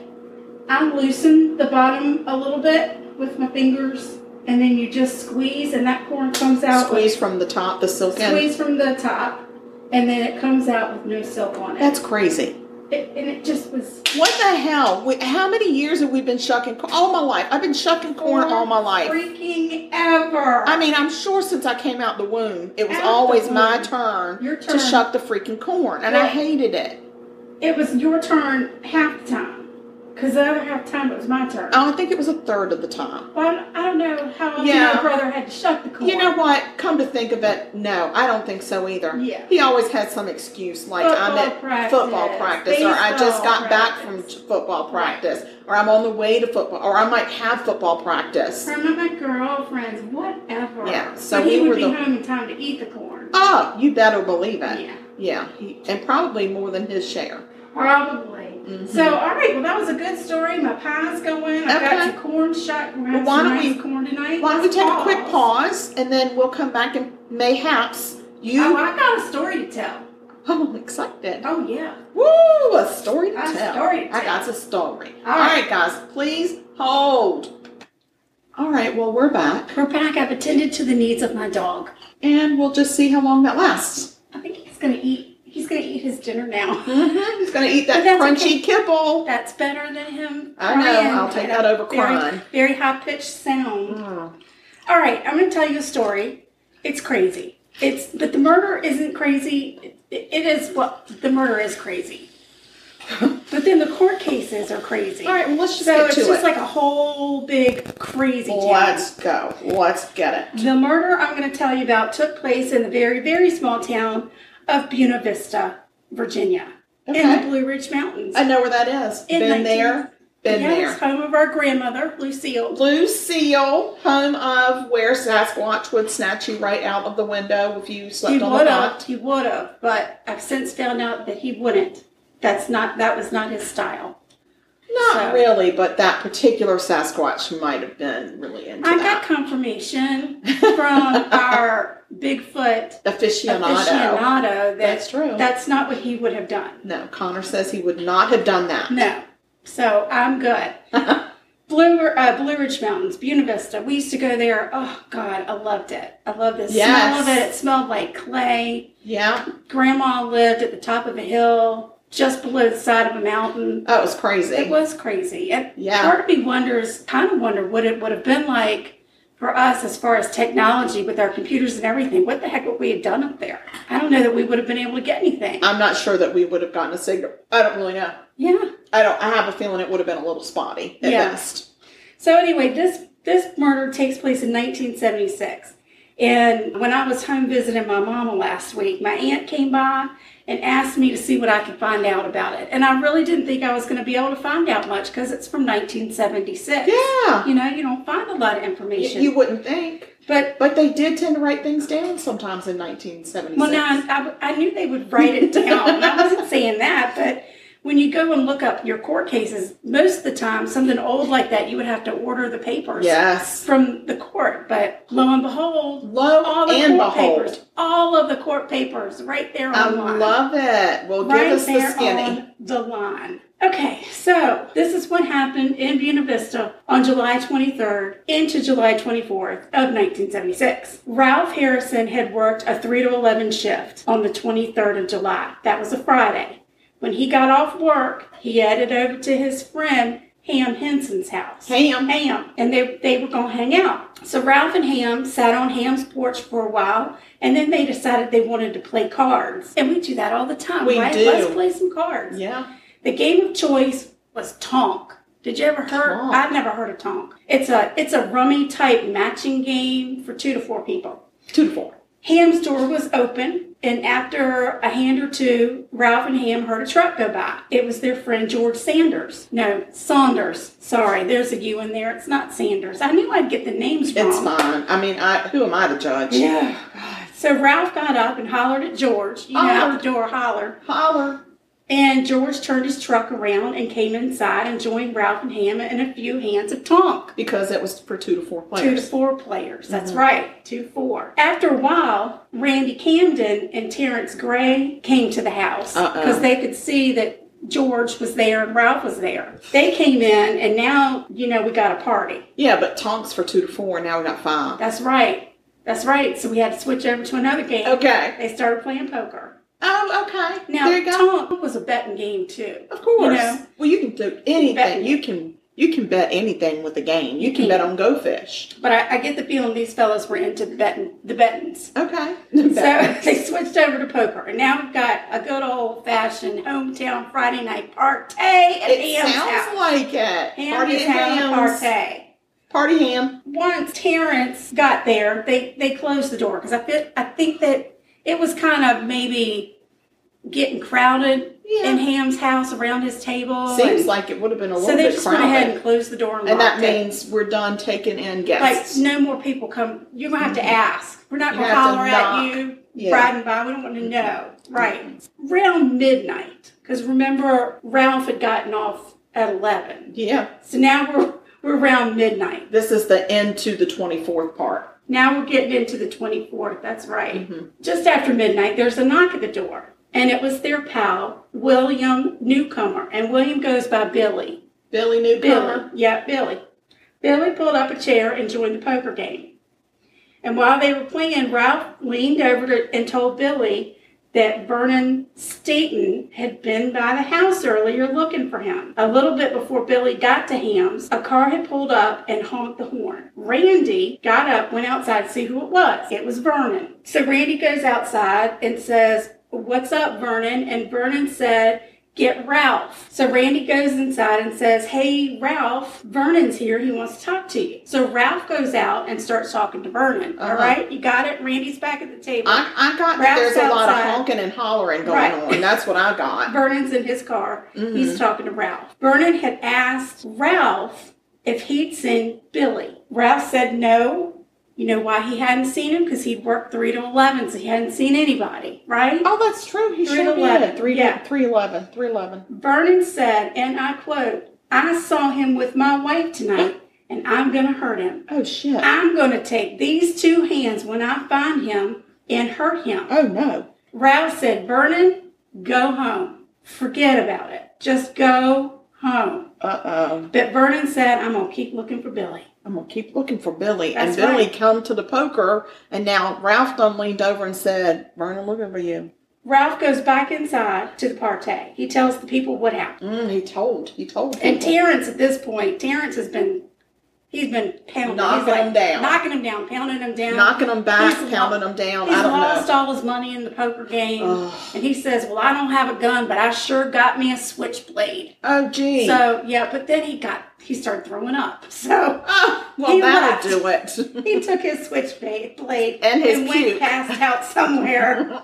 D: I loosen the bottom a little bit with my fingers, and then you just squeeze, and that corn comes out.
C: Squeeze from the top, the silk
D: With,
C: end.
D: squeeze from the top, and then it comes out with no silk on it.
C: That's crazy.
D: it and it just was
C: What the hell? We- How many years have we been shucking corn? All my life. I've been shucking corn all my life.
D: Freaking ever.
C: I mean, I'm sure since I came out the womb, it was
D: Out the
C: always my
D: womb.
C: turn,
D: Your
C: to
D: turn.
C: shuck the freaking corn, and I
D: Yeah.
C: hated it.
D: it was your turn half the time, because the other half time it was my turn.
C: I think it was a third of the time.
D: Well, I don't know how else
C: Yeah.
D: my brother had to shut the corn.
C: You know what? Come to think of it, no, I don't think so either.
D: Yeah.
C: He always has some excuse like I'm
D: Football
C: at football
D: practice,
C: practice, or I just
D: baseball
C: got back from
D: practice.
C: football practice, or I'm on the way to football, or I might have football practice.
D: Some of my girlfriends, whatever.
C: Yeah, so
D: but he
C: we were
D: would be
C: the-
D: home in time to eat the corn.
C: Oh, you better believe it.
D: Yeah.
C: Yeah, he, and probably more than his share.
D: Probably.
C: Mm-hmm.
D: So, all right, well, that was a good story. My pie's going. I got
C: Okay.
D: your corn shut. We're
C: Well,
D: going to
C: why
D: have some
C: don't
D: nice
C: we-
D: corn tonight.
C: Why don't we
D: Let's
C: take a quick pause and then we'll come back and mayhaps you.
D: Oh, I got a story to tell.
C: Oh, I'm excited.
D: Oh, yeah.
C: Woo, a story to
D: A
C: tell.
D: story to
C: I
D: tell.
C: got a story.
D: All
C: All right.
D: right.
C: guys, please hold. All right, well, we're back
D: We're back. I've attended to the needs of my dog.
C: and we'll just see how long that lasts.
D: I think he's going to eat. He's going to eat his dinner now.
C: Mm-hmm. He's going to eat that
D: But that's
C: crunchy
D: okay.
C: kibble.
D: That's better than him.
C: I know.
D: crying
C: I'll take
D: at
C: that
D: a
C: over
D: very-
C: crying.
D: Very high pitched sound.
C: Mm.
D: All right, I'm going to tell you a story. It's crazy. It's but the murder isn't crazy. It, it is what the murder is crazy. but then the court cases are crazy.
C: All right, well, let's just
D: so
C: get
D: it's
C: to
D: just
C: it.
D: like a whole big crazy. town.
C: Let's go. Let's get it.
D: The murder I'm going to tell you about took place in the very very small town of Buena Vista, Virginia, in
C: Okay.
D: the Blue Ridge Mountains.
C: I know where that is.
D: In
C: been
D: 19
C: there, been
D: yes,
C: there.
D: home of our grandmother Lucille.
C: Lucille, home of where Sasquatch would snatch you right out of the window if you slept
D: He
C: on the
D: would have.
C: cot.
D: He would have. But I've since found out that he wouldn't. That's not. That was not his style.
C: Not
D: So-
C: really, but that particular Sasquatch might have been really into
D: I got
C: that.
D: confirmation from our Bigfoot
C: Aficionado.
D: aficionado that
C: That's true.
D: That's not what he would have done.
C: No, Connor says he would not have done that.
D: No. So I'm good. Blue, uh, Blue Ridge Mountains, Buena Vista. We used to go there. Oh God, I loved it. I loved the smell
C: Yes.
D: of it. It smelled like clay.
C: Yeah,
D: Grandma lived at the top of a hill, just below the side of a mountain.
C: that was crazy.
D: It was crazy. And
C: Yeah.
D: part of me wonders, kind of wonder what it would have been like for us as far as technology with our computers and everything. What the heck would we have done up there? I don't know that we would have been able to get anything.
C: I'm not sure that we would have gotten a signal. I don't really know.
D: yeah.
C: I don't. I have a feeling it would have been a little spotty at
D: Yeah.
C: best.
D: So anyway, this this murder takes place in 1976. And when I was home visiting my mama last week, my aunt came by and asked me to see what I could find out about it. And I really didn't think I was going to be able to find out much because it's from 1976.
C: Yeah.
D: You know, you don't find a lot of
C: Y-
D: information.
C: You wouldn't think,
D: but
C: but they did tend to write things down sometimes in 1976.
D: Well, no, I, I knew they would write it down. I wasn't saying that, but when you go and look up your court cases, most of the time, something old like that, you would have to order the papers
C: Yes.
D: from the court. But lo and behold,
C: Lo
D: all the
C: and
D: court
C: behold.
D: papers, all of the court papers, right there
C: I
D: on the line.
C: love it. Well,
D: right
C: give us the
D: there
C: skinny.
D: on the line. Okay, so this is what happened in Buena Vista on July 23rd into July 24th of 1976. Ralph Harrison had worked a 3 to 11 shift on the 23rd of July. That was a Friday. When he got off work, he headed over to his friend Ham Henson's house.
C: Ham.
D: Ham. And they, they were going to hang out. So Ralph and Ham sat on Ham's porch for a while, and then they decided they wanted to play cards. And we do that all the time,
C: We
D: right?
C: do.
D: Let's play some cards.
C: Yeah.
D: The game of choice was Tonk. Did you ever heard?
C: Tonk.
D: I've never heard of Tonk. It's a it's a rummy type matching game for two to four people.
C: Two to four.
D: Ham's door was open, and after a hand or two, Ralph and Ham heard a truck go by. It was their friend George Sanders. No, Saunders. Sorry, there's a U in there. It's not Sanders. I knew I'd get the names wrong.
C: It's fine. I mean, I who am I to judge?
D: Yeah, God, So Ralph got up and hollered at George. You know how the door hollered.
C: Holler.
D: And George turned his truck around and came inside and joined Ralph and Hammond and a few hands of Tonk.
C: Because it was for two to four
D: Two to
C: players. Mm-hmm.
D: four players. That's right. Two to four. After a while, Randy Camden and Terrence Gray came to the house
C: Uh-oh.
D: because they could see that George was there and Ralph was there. They came in and now, you know, we got a party.
C: Yeah, but Tonks for two to four, and now we got five.
D: That's right. That's right. So we had to switch over to another game.
C: Okay.
D: They started playing poker.
C: Oh, okay.
D: Now,
C: there you go.
D: Tom was a betting game too.
C: Of course.
D: You know,
C: well, you can do anything. You can you can bet anything with the game. You can
D: can.
C: bet on Go Fish.
D: but I, I get the feeling these fellows were into the betting, the bettings.
C: Okay.
D: So they switched over to poker, and now we've got a good old fashioned hometown Friday night party at
C: it
D: Ham's
C: sounds
D: house.
C: like it.
D: Ham's
C: hams.
D: house party.
C: Party ham.
D: Once Terrence got there, they they closed the door because I fit, I think that it was kind of maybe getting crowded
C: Yeah.
D: in Ham's house around his table.
C: Seems
D: and-
C: like it would have been a little
D: so they
C: bit
D: just
C: crowded.
D: went ahead and closed the door and,
C: and that
D: locked it.
C: means we're done taking in
D: like
C: guests.
D: no more people come. You're gonna have to ask. We're not
C: Mm-hmm. You
D: gonna
C: have to
D: holler
C: knock.
D: at you
C: Yeah. Mm-hmm.
D: riding by. We don't want to know. Right around midnight, because remember Ralph had gotten off at eleven.
C: yeah.
D: So now we're we're around midnight.
C: This is the end to the 24th part.
D: Now we're getting into the 24th, that's right.
C: Mm-hmm.
D: Just after midnight, there's a knock at the door, and it was their pal, William Newcomer, and William goes by Billy.
C: Billy
D: Billy.
C: Newcomer.
D: Yeah, Billy. Billy pulled up a chair and joined the poker game. And while they were playing, Ralph leaned over to, and told Billy that Vernon Staten had been by the house earlier looking for him. A little bit before Billy got to Ham's, a car had pulled up and honked the horn. Randy got up, went outside to see who it was. It was Vernon. So Randy goes outside and says, What's up, Vernon? And Vernon said, Get Ralph. So Randy goes inside and says, Hey, Ralph, Vernon's here. He wants to talk to you. So Ralph goes out and starts talking to Vernon. All
C: Uh-huh.
D: right, you got it? Randy's back at the table.
C: I, I got that
D: Ralph's
C: there's a lot of
D: outside.
C: honking and hollering going
D: Right.
C: on. That's what I got.
D: Vernon's in his car.
C: Mm-hmm.
D: He's talking to Ralph. Vernon had asked Ralph if he'd seen Billy. Ralph said no. You know why he hadn't seen him? Because he'd worked 3 to 11, so he hadn't seen anybody, right?
C: Oh, that's true. He
D: Three
C: should
D: to
C: have
D: eleven.
C: been. Three,
D: Yeah.
C: yeah. three eleven. Three eleven.
D: Vernon said, and I quote, I saw him with my wife tonight, and I'm going to hurt him.
C: Oh shit.
D: I'm going to take these two hands when I find him and hurt him.
C: oh no.
D: Ralph said, Vernon, go home. Forget about it. Just go home.
C: Uh oh.
D: But Vernon said, I'm going to keep looking for Billy.
C: I'm gonna keep looking for Billy.
D: That's
C: and Billy
D: right.
C: come to the poker and now Ralph done leaned over and said, Vernon looking for you.
D: Ralph goes back inside to the party. He tells the people what happened.
C: Mm, he told. He told
D: And
C: people.
D: Terrence, at this point, Terrence has been, he's been pounding.
C: Knocking
D: he's like,
C: him down.
D: Knocking him down, pounding him down.
C: knocking them back,
D: He's lo-
C: pounding them down.
D: He's
C: I don't
D: lost
C: know.
D: all his money in the poker game.
C: Ugh.
D: And he says, well, I don't have a gun, but I sure got me a switchblade.
C: Oh gee.
D: So, yeah, but then he got, he started throwing up. So
C: oh, well
D: he
C: that'll
D: left.
C: do it.
D: he took his switchblade blade
C: And his
D: went
C: puke.
D: passed out somewhere.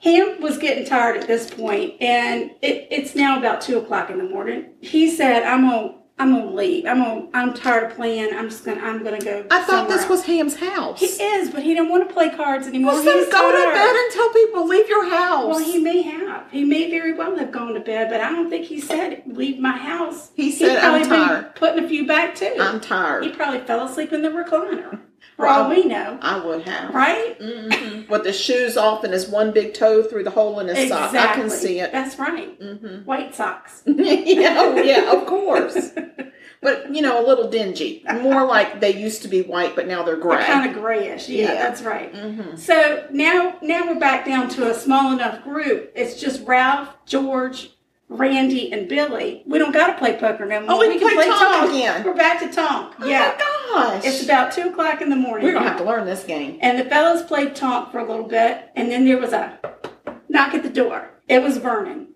D: Ham was getting tired at this point, and it, it's now about two o'clock in the morning. He said, "I'm gonna, I'm gonna leave. I'm gonna, I'm tired of playing. I'm just gonna, I'm gonna go."
C: I thought
D: somewhere
C: this was
D: else."
C: Ham's house.
D: He is, but he didn't want to play cards anymore.
C: Well,
D: He
C: so
D: was
C: go to
D: tired.
C: bed and tell people leave your house.
D: Well, he may have. He may very well have gone to bed, but I don't think he said leave my house.
C: He
D: He'd
C: said, "I'm
D: probably been
C: tired."
D: putting a few back too.
C: I'm
D: He
C: tired.
D: probably fell asleep in the recliner. For all we know,
C: I would have.
D: right?
C: Mhm. With his shoes off and his one big toe through the hole in his sock. I can see it. Mm-hmm.
D: That's right. White socks.
C: yeah, oh, yeah, of course. But, you know, a little dingy. More like they used to be white, but now they're gray.
D: Kind of grayish. Yeah,
C: Yeah. Mm-hmm.
D: that's right. So now, now we're back down to a small enough group. It's just Ralph, George, Randy, and Billy. We don't got to play poker no more.
C: Oh, we can play Tonk again.
D: We're back to Tonk.
C: Oh,
D: yeah.
C: my gosh.
D: It's about two o'clock in the morning.
C: We're going to have to learn this game.
D: And the fellows played Tonk for a little bit, and then there was a knock at the door. It was Vernon.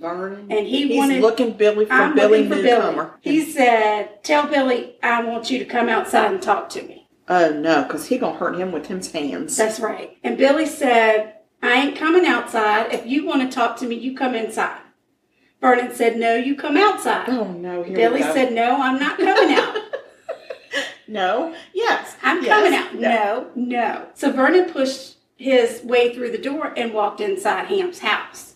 C: Vernon.
D: And he
C: He's
D: wanted-
C: looking Billy for
D: I'm
C: Billy
D: looking for
C: Newcomer.
D: Billy. He said, "Tell Billy I want you to come outside and talk to me."
C: oh, no, because he going to hurt him with his hands.
D: That's right. And Billy said, "I ain't coming outside. If you want to talk to me, you come inside." Vernon said, Oh, "No, you come outside."
C: oh, no. Here we
D: Billy
C: go.
D: said, "No, I'm not coming out."
C: No. Yes.
D: I'm
C: yes,
D: coming out. No. no, So Vernon pushed his way through the door and walked inside Ham's house.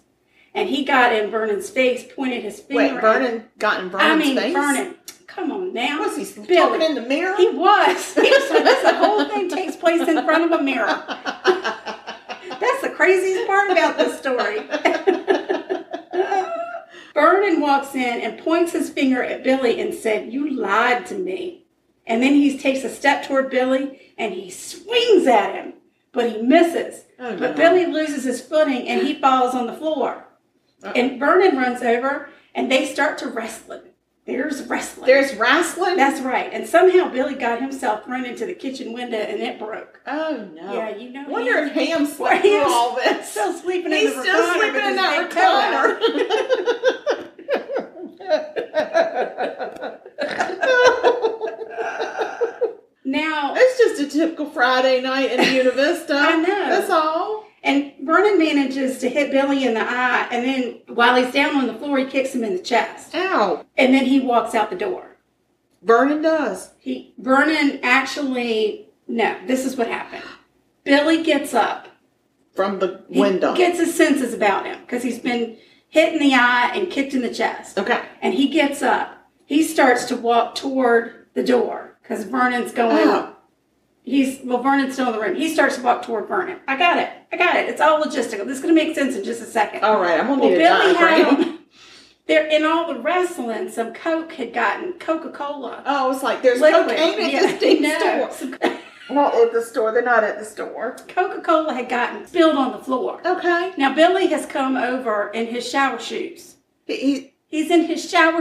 D: And he got in Vernon's face, pointed his finger
C: Wait,
D: at-
C: Vernon got in Vernon's
D: I mean,
C: face.
D: Vernon, come on now.
C: Was he
D: Billy.
C: talking in the mirror?
D: He was. He was so this the whole thing takes place in front of a mirror. That's the craziest part about this story. Vernon walks in and points his finger at Billy and said, You lied to me. And then he takes a step toward Billy and he swings at him, but he misses.
C: Oh,
D: but
C: no.
D: Billy loses his footing and he falls on the floor. And Vernon runs over and they start to wrestle. There's wrestling.
C: There's wrestling.
D: That's right. And somehow Billy got himself thrown into the kitchen window and it broke.
C: oh no.
D: Yeah, you know
C: Wonder
D: him.
C: if Ham
D: Where
C: slept through
D: Ham's
C: all this.
D: Still sleeping
C: He's
D: in the
C: still
D: recliner
C: sleeping
D: with
C: in
D: his
C: that
D: big pillow.
C: recliner.
D: Now,
C: It's just a typical Friday night in Buena Vista.
D: I know.
C: That's all.
D: and Vernon manages to hit Billy in the eye, and then while he's down on the floor, he kicks him in the chest,
C: Ow.
D: and then he walks out the door.
C: Vernon does.
D: He Vernon actually no, this is what happened. Billy gets up,
C: From the
D: he
C: window.
D: gets his senses about him because he's been hit in the eye and kicked in the chest.
C: okay.
D: and he gets up. He starts to walk toward the door because Vernon's going.
C: Oh.
D: He's well, Vernon's still in the room. He starts to walk toward Vernon. I got it. I got it. It's all logistical. This is going to make sense in just a second.
C: All right. I'm going to
D: well,
C: need a
D: Billy had
C: diagram.
D: him. There in all the wrestling, some Coke had gotten Coca Cola.
C: Oh, it's like there's cocaine at this damn store. Not at the store. They're not at the store.
D: Coca Cola had gotten spilled on the floor.
C: Okay.
D: Now Billy has come over in his shower shoes.
C: He, he,
D: He's in his shower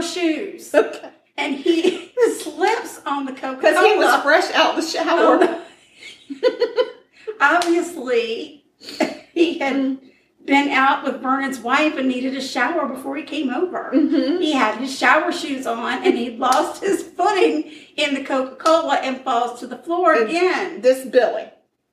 D: shoes.
C: okay.
D: and he slips on the Oh, Coca
C: Because he was
D: Cola.
C: fresh out the
D: Oh,
C: shower.
D: Obviously, he had
C: Mm-hmm.
D: been out with Vernon's wife and needed a shower before he came over.
C: Mm-hmm.
D: He had his shower shoes on and he lost his footing in the Coca Cola and falls to the floor
C: And-
D: again.
C: This Billy.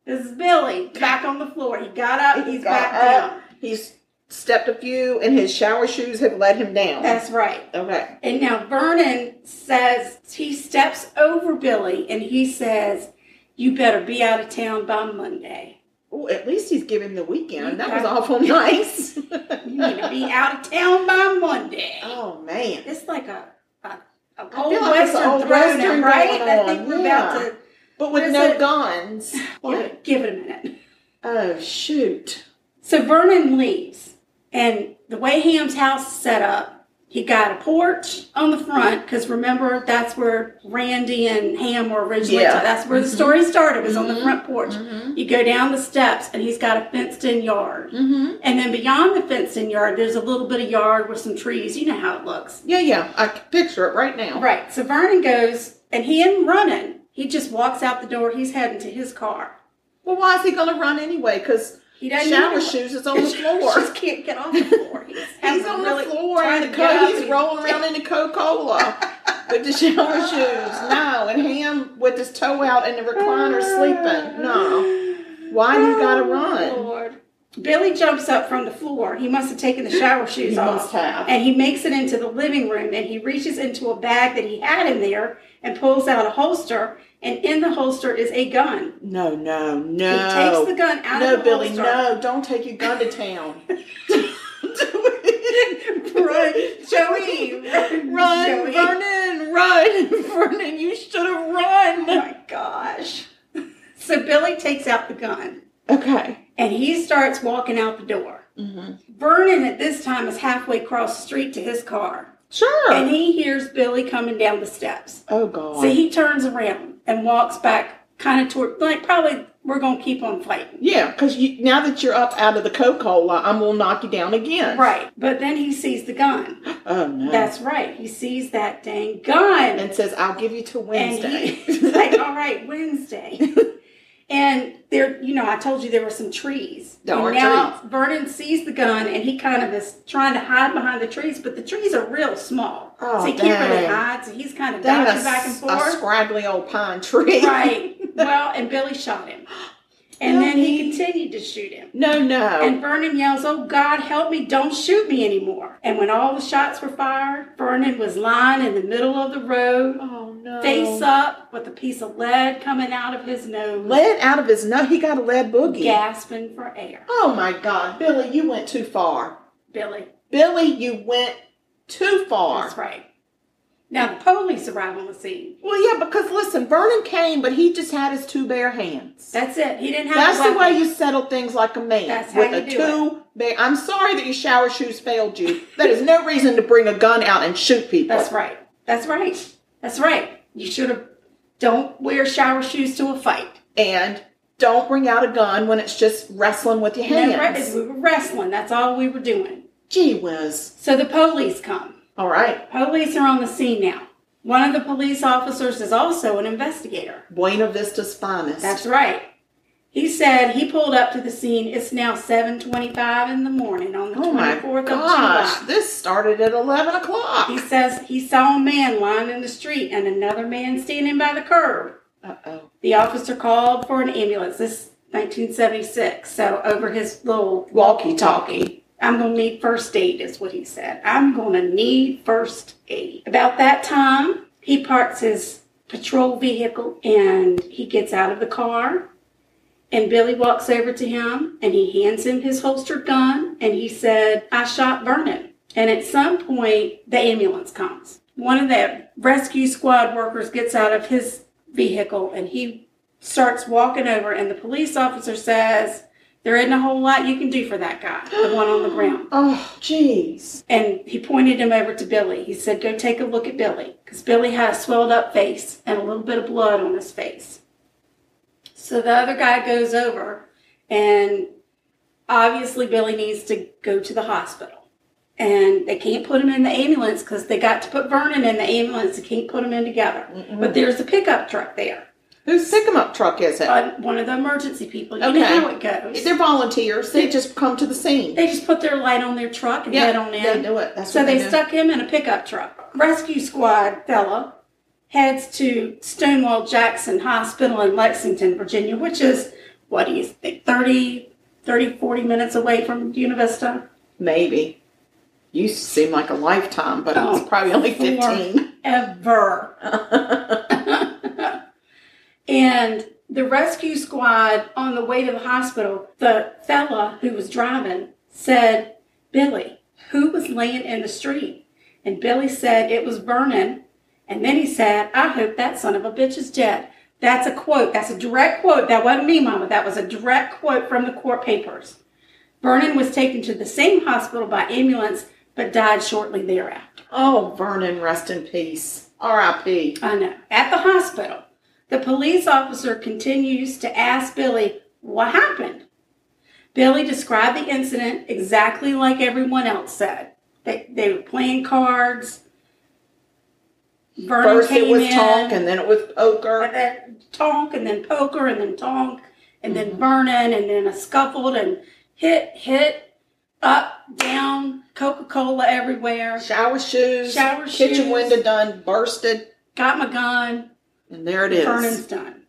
D: This is Billy back on the floor. He got up, he's
C: got
D: back
C: up,
D: down.
C: He's stepped a few, and his shower shoes have let him down.
D: That's right.
C: okay.
D: And now Vernon says he steps over Billy and he says, You better be out of town by Monday.
C: Ooh, at least he's giving the weekend. That was
D: got-
C: awful nice.
D: You need to be out of town by Monday.
C: oh man.
D: It's like a, a, a old
C: like it's
D: western
C: an old
D: throwdown,
C: western
D: right?
C: going
D: I think
C: on,
D: we're
C: yeah.
D: about to.
C: But with
D: Is
C: no
D: it-
C: guns.
D: Yeah, give it a minute.
C: Oh shoot.
D: So Vernon leaves, and the way Ham's house is set up, he got a porch on the front because remember that's where Randy and Ham were originally.
C: Yeah. Mm-hmm.
D: That's where the story started was on the front porch. You go down the steps, and he's got a fenced-in yard,
C: Mm-hmm.
D: and then beyond the fenced-in yard, there's a little bit of yard with some trees. You know how it looks.
C: Yeah, yeah. I can picture it right now.
D: Right. So Vernon goes, and he ain't running. He just walks out the door. He's heading to his car.
C: Well, why is he gonna run anyway? Because
D: He doesn't
C: shower
D: even-
C: shoes is on the
D: just
C: floor.
D: can't get off the floor. He's,
C: He's
D: having
C: on
D: really
C: the floor and
D: trying
C: the
D: to get
C: co-
D: up
C: he's rolling around in the Coca-Cola with the shower shoes. No, and him with his toe out in the recliner sleeping. No. Why do you gotta run?
D: Oh, Lord. Billy jumps up from the floor. He must have taken the shower shoes
C: He
D: off.
C: must have.
D: And he makes it into the living room and he reaches into a bag that he had in there and pulls out a holster. And in the holster is a gun.
C: No, no,
D: He
C: no.
D: takes the gun out
C: No,
D: of the
C: Billy,
D: holster.
C: no, don't take your gun to town.
D: Run, Joey. Run,
C: Run,
D: Joey.
C: Vernon, run, Vernon, you should have run.
D: Oh my gosh. So Billy takes out the gun
C: Okay.
D: and he starts walking out the door. Vernon at this time is halfway across the street to his car
C: Sure.
D: and he hears Billy coming down the steps.
C: oh, God.
D: So he turns around and walks back kind of toward, like, probably we're going to keep on fighting.
C: yeah, because you, now that you're up out of the Coca-Cola, I'm going to knock you down again.
D: Right. But then he sees the gun.
C: Oh, no.
D: That's right. He sees that dang gun.
C: and says, I'll give you till Wednesday.
D: And he's like, all right, Wednesday. and there, you know, I told you there were some trees.
C: There
D: and
C: are
D: now Vernon sees the gun and he kind of is trying to hide behind the trees, but the trees are real small.
C: Oh,
D: so he can't really
C: dang.
D: hide. So he's kind of
C: Then a,
D: dodging back and
C: s- a
D: forth.
C: scraggly old pine tree.
D: right. Well, and Billy shot him. And
C: Well,
D: then he
C: he-
D: continued to shoot him.
C: No, no.
D: And Vernon yells, Oh God, help me, don't shoot me anymore. And when all the shots were fired, Vernon was lying in the middle of the road,
C: oh no.
D: face up, with a piece of lead coming out of his nose,
C: Lead out of his nose. He got a lead boogie.
D: gasping for air.
C: Oh my God, Billy, you went too far.
D: Billy,
C: Billy, you went too far.
D: that's right. Now the police arrive on the scene.
C: Well, yeah, because listen, Vernon came, but he just had his two bare hands.
D: That's it. He didn't have.
C: That's
D: a
C: the way
D: weapon.
C: you settle things like a man.
D: That's how
C: with
D: you
C: a
D: do
C: two bare. I'm sorry that your shower shoes failed you. That is no reason to bring a gun out and shoot people.
D: That's right. That's right. That's right. You should have. Don't wear shower shoes to a fight.
C: And don't bring out a gun when it's just wrestling with your
D: No,
C: hands.
D: right, we were wrestling. That's all we were doing.
C: Gee whiz.
D: So the police come.
C: All right.
D: Police are on the scene now. One of the police officers is also an investigator.
C: Buena Vista's finest.
D: That's right. He said he pulled up to the scene. It's now 7:25 in the morning on the
C: Oh my
D: 24th
C: gosh,
D: of July.
C: this started at 11 o'clock.
D: He says he saw a man lying in the street and another man standing by the curb.
C: Uh oh.
D: The officer called for an ambulance. This is 1976, so over his little
C: Walkie talkie.
D: I'm going to need first aid, is what he said. I'm going to need first aid. About that time, he parks his patrol vehicle and he gets out of the car. And Billy walks over to him and he hands him his holstered gun and he said, I shot Vernon. And at some point, the ambulance comes. One of the rescue squad workers gets out of his vehicle and he starts walking over, and the police officer says, There isn't a whole lot you can do for that guy, the one on the ground.
C: Oh, jeez.
D: And he pointed him over to Billy. He said, Go take a look at Billy, because Billy had a swelled up face and a little bit of blood on his face. So the other guy goes over, and obviously Billy needs to go to the hospital. And they can't put him in the ambulance because they got to put Vernon in the ambulance. They can't put him in together. But there's a pickup truck there
C: Whose sycamore truck is it?
D: uh, one of the emergency people. You
C: Okay.
D: know how it goes.
C: They're volunteers. They just come to the scene.
D: they just put their light on their truck and
C: Yeah,
D: head on in.
C: they do it. That's
D: so
C: what
D: they,
C: they do.
D: stuck him in a pickup truck. Rescue squad fella heads to Stonewall Jackson Hospital in Lexington, Virginia, which is, what do you think, 30, 30 40 minutes away from Buena Vista?
C: Maybe. Used to seem like a lifetime, but it's
D: Oh,
C: probably only 15.
D: Forever. and the rescue squad on the way to the hospital, the fella who was driving said, Billy, who was laying in the street? And Billy said it was Vernon. And then he said, I hope that son of a bitch is dead. That's a quote. That's a direct quote. That wasn't me, Mama. That was a direct quote from the court papers. Vernon was taken to the same hospital by ambulance, but died shortly thereafter.
C: Oh, Vernon, rest in peace. R.I.P.
D: I know. At the hospital, the police officer continues to ask Billy what happened. Billy described the incident exactly like everyone else said. They, they were playing cards. Vernon
C: First it
D: came
C: was
D: in,
C: Tonk, and then it was
D: and
C: Ochre.
D: then tonk, and then poker, and then tonk, and
C: Mm-hmm.
D: then Vernon, and then a scuffled and hit, hit, up, down, Coca Cola everywhere.
C: Shower shoes.
D: Shower
C: Kitchen
D: shoes.
C: window done, bursted.
D: Got my gun.
C: And there it is.
D: Vernon's done.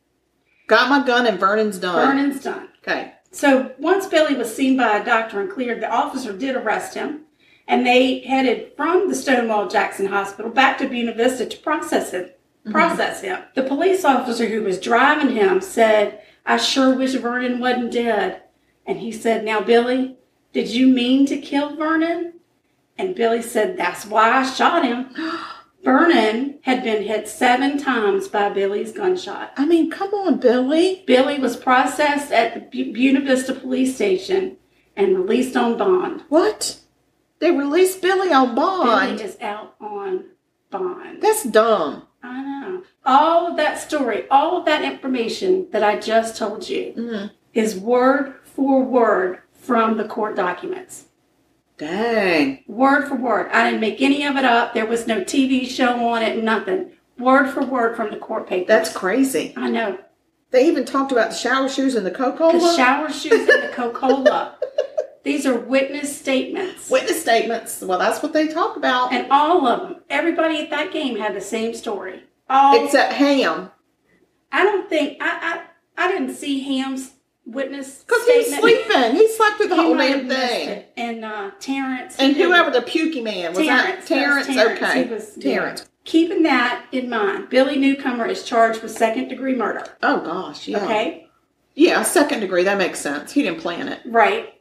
C: Got my gun, and Vernon's done.
D: Vernon's done.
C: Okay.
D: So once Billy was seen by a doctor and cleared, the officer did arrest him, and they headed from the Stonewall Jackson Hospital back to Buena Vista to process him. Process him. The police officer who was driving him said, "I sure wish Vernon wasn't dead." And he said, "Now, Billy, did you mean to kill Vernon?" And Billy said, "That's why I shot him." Vernon had been hit seven times by Billy's gunshot.
C: I mean, come on, Billy.
D: Billy was processed at the Bu- Buena Vista Police Station and released on bond.
C: What? They released Billy on bond.
D: Billy is out on bond.
C: That's dumb.
D: I know. All of that story, all of that information that I just told you is word for word from the court documents.
C: Dang.
D: Word for word. I didn't make any of it up. There was no TV show on it, nothing. Word for word from the court papers.
C: That's crazy.
D: I know.
C: They even talked about the shower shoes and the Coca
D: The
C: Cola.
D: shower shoes and the Coca Cola. These are witness statements.
C: Witness statements. Well, that's what they talk about.
D: And all of them, everybody at that game had the same story. All
C: Except Ham.
D: I don't think I I, I didn't see Ham's witness
C: Because he's
D: statement.
C: sleeping. He slept through the
D: He
C: whole
D: might
C: damn
D: have missed
C: thing.
D: it. And uh, Terrence.
C: And
D: who-
C: whoever the pukey man was that
D: Terrence.
C: Terrence?
D: That was Terrence.
C: Okay.
D: He was, yeah.
C: Terrence.
D: Keeping that in mind, Billy Newcomer is charged with second degree murder.
C: Oh gosh, yeah.
D: Okay?
C: Yeah, second degree, that makes sense. He didn't plan it.
D: Right.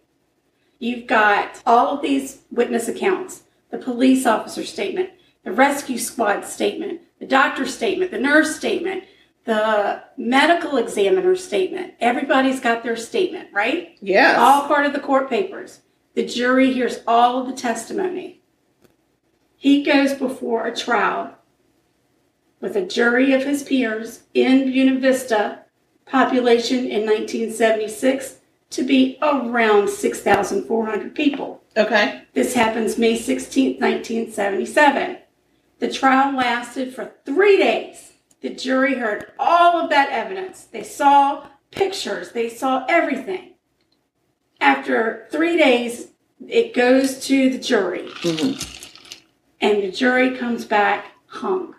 D: You've got all of these witness accounts the police officer statement, the rescue squad statement, the doctor's statement, the nurse statement, the medical examiner statement. Everybody's got their statement, right?
C: Yes.
D: All part of the court papers. The jury hears all of the testimony. He goes before a trial with a jury of his peers in Buena Vista, population in 1976 to be around 6,400 people.
C: Okay.
D: This happens May 16, 1977. The trial lasted for three days. The jury heard all of that evidence. They saw pictures, they saw everything. After three days, it goes to the jury, and the jury comes back hung.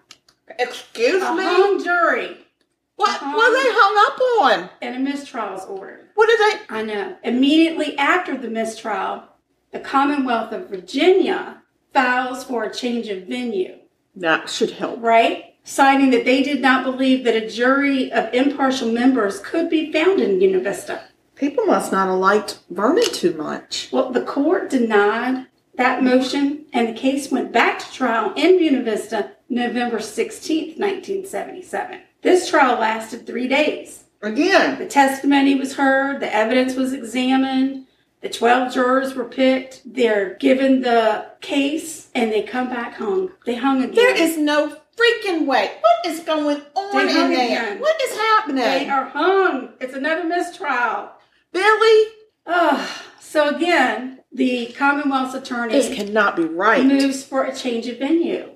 C: Excuse
D: A
C: me?
D: hung jury,
C: What
D: Uh-huh.
C: were they hung up on?
D: and a mistrial is ordered.
C: What did they
D: I know. Immediately after the mistrial, the Commonwealth of Virginia files for a change of venue,
C: that should help.
D: right? Citing that they did not believe that a jury of impartial members could be found in Buena Vista.
C: People must not have liked Vernon too much.
D: Well, the court denied that motion, and the case went back to trial in Buena Vista November 16, 1977. This trial lasted three days.
C: Again.
D: The testimony was heard, the evidence was examined, the 12 jurors were picked, they're given the case, and they come back hung. They hung again.
C: There is no freaking way. What is going on
D: They hung
C: in there?
D: again.
C: What is
D: They
C: happening?
D: are hung. It's another mistrial.
C: Billy,
D: Ugh. So again, the Commonwealth's attorney
C: this cannot be right.
D: moves for a change of venue.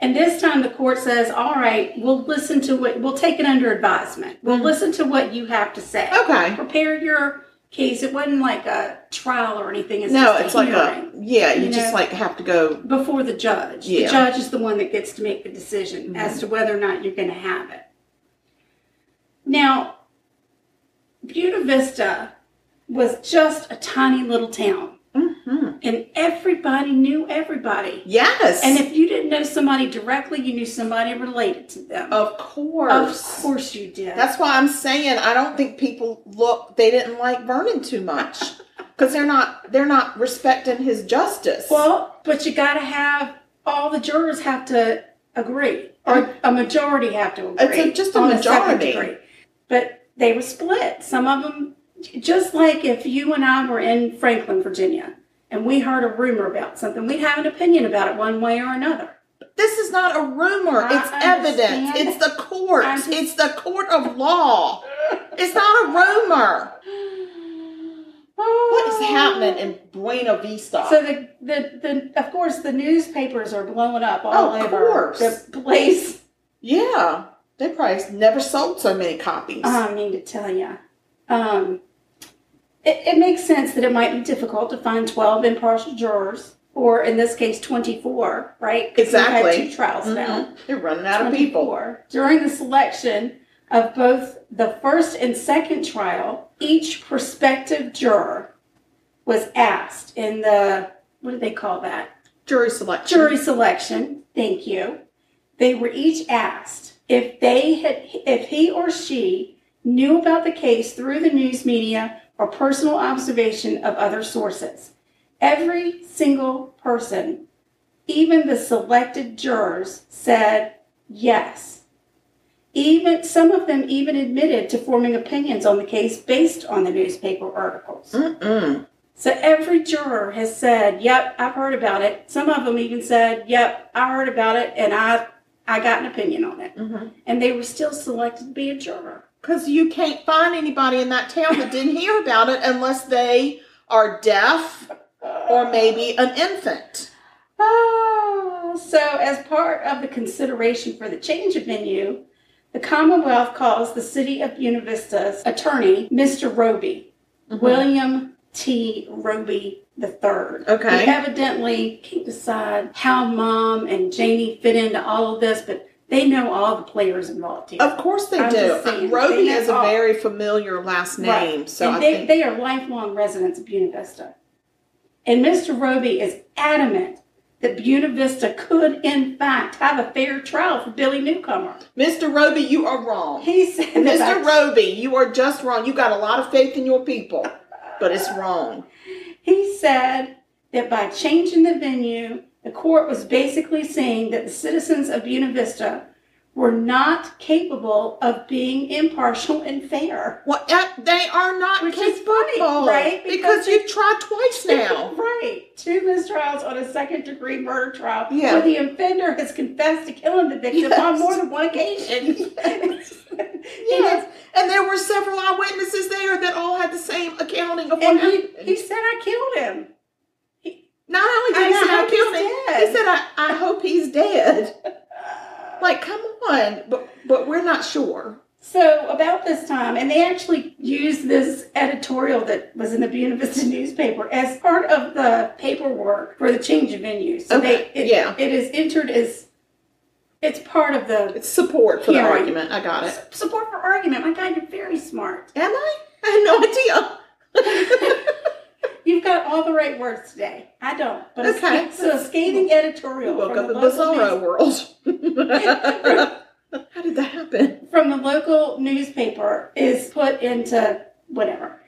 D: And this time the court says, all right, we'll listen to what, we'll take it under advisement. We'll listen to what you have to say.
C: Mm-hmm. Okay.
D: Prepare your case. It wasn't like a trial or anything. It's
C: No,
D: just
C: it's like a
D: hearing
C: yeah. You
D: you
C: just
D: know?
C: like have to go.
D: Before the judge.
C: Yeah. Mm-hmm.
D: The judge is the one that gets to make the decision as to whether or not you're going to have it. Now, Buena Vista was just a tiny little town. And everybody knew everybody.
C: Mm-hmm. Yes,
D: And if you didn't know somebody directly, you knew somebody related to them.
C: of
D: Of
C: course,
D: course you did.
C: that's why I'm saying I don't think people look. They didn't like Vernon too much because they're not they're not respecting his justice.
D: well, but you got to have all the jurors have to agree, or a majority have to agree.
C: It's a- just a
D: on the second
C: majority.
D: degree. But they were split. Some of them, just like if you and I were in Franklin, Virginia, and we heard a rumor about something, we'd have an opinion about it one way or another.
C: this is not a rumor.
D: I
C: it's evidence.
D: understand.
C: It's the court.
D: I'm just-
C: it's the court of law. it's not a rumor. What is happening in Buena Vista?
D: So the, the the of course the newspapers are blowing up all
C: Oh, of
D: over
C: course.
D: the place.
C: yeah, they probably never sold so many copies.
D: I mean to tell you, um, it, it makes sense that it might be difficult to find twelve impartial jurors, or in this case, twenty-four. Right? 'Cause we've had
C: Exactly.
D: two trials now.
C: Mhm. They're running out of people.
D: 24. During the selection of both the first and second trial, each prospective juror was asked in the what do they call that?
C: Jury selection.
D: jury selection, thank you, they were each asked if they had if he or she knew about the case through the news media or personal observation of other sources. Every single person, even the selected jurors, said yes. Even some of them even admitted to forming opinions on the case based on the newspaper articles.
C: Mm-mm.
D: So every juror has said, "Yep, I've heard about it." Some of them even said, "Yep, I heard about it, and I I got an opinion on it." And they were still selected to be a juror.
C: Because Mm-hmm. you can't find anybody in that town that didn't hear about it unless they are deaf or maybe an infant.
D: Oh, so as part of the consideration for the change of venue, the Commonwealth calls the City of Buena Vista's attorney, Mr. Roby,
C: Mm-hmm.
D: William T. Roby III.
C: Okay.
D: He evidently can't decide how Mom and Janie fit into all of this, but They know all the players involved here.
C: Of course they
D: I'm
C: do.
D: just saying, they
C: Rhodey
D: know
C: is a
D: all.
C: very familiar last name,
D: Right.
C: so
D: and
C: I
D: they,
C: think
D: they are lifelong residents of Buena Vista. And Mr. Roby is adamant that Buena Vista could, in fact, have a fair trial for Billy Newcomer.
C: Mr. Roby, you are wrong.
D: He said,
C: Mr.
D: that-
C: Roby, you are just wrong. You got a lot of faith in your people, but it's wrong.
D: he said that by changing the venue, the court was basically saying that the citizens of Buena Vista were not capable of being impartial and fair.
C: Well, uh, they are not
D: Which
C: kids
D: is funny,
C: football,
D: right?
C: Because,
D: Because
C: you've tried twice now.
D: Right. Two mistrials on a second degree murder trial
C: Yeah.
D: where the offender has confessed to killing the victim
C: Yes.
D: on more than one occasion.
C: yes, and there were several eyewitnesses there that all had the same accounting of what
D: And he,
C: happened.
D: he said, I killed him.
C: not only
D: I
C: did he say I
D: hope
C: killed
D: he's
C: him, he
D: dead.
C: said I, I hope he's dead. like, come on, but but we're not sure.
D: So, about this time, and they actually used this editorial that was in the Buena Vista newspaper as part of the paperwork for the change of venue. So,
C: Okay,
D: they, it,
C: yeah.
D: it is entered as it's part of the
C: It's support for the
D: Hearing.
C: argument. I got it.
D: support for argument. My God, you're very smart.
C: Am I? I had no idea.
D: You've got all the right words today. I don't. But a
C: Okay.
D: sca- so a scathing editorial
C: Woke
D: from
C: up
D: the,
C: in
D: local
C: bizarro
D: news,
C: world. How did that happen?
D: from the local newspaper is put into whatever.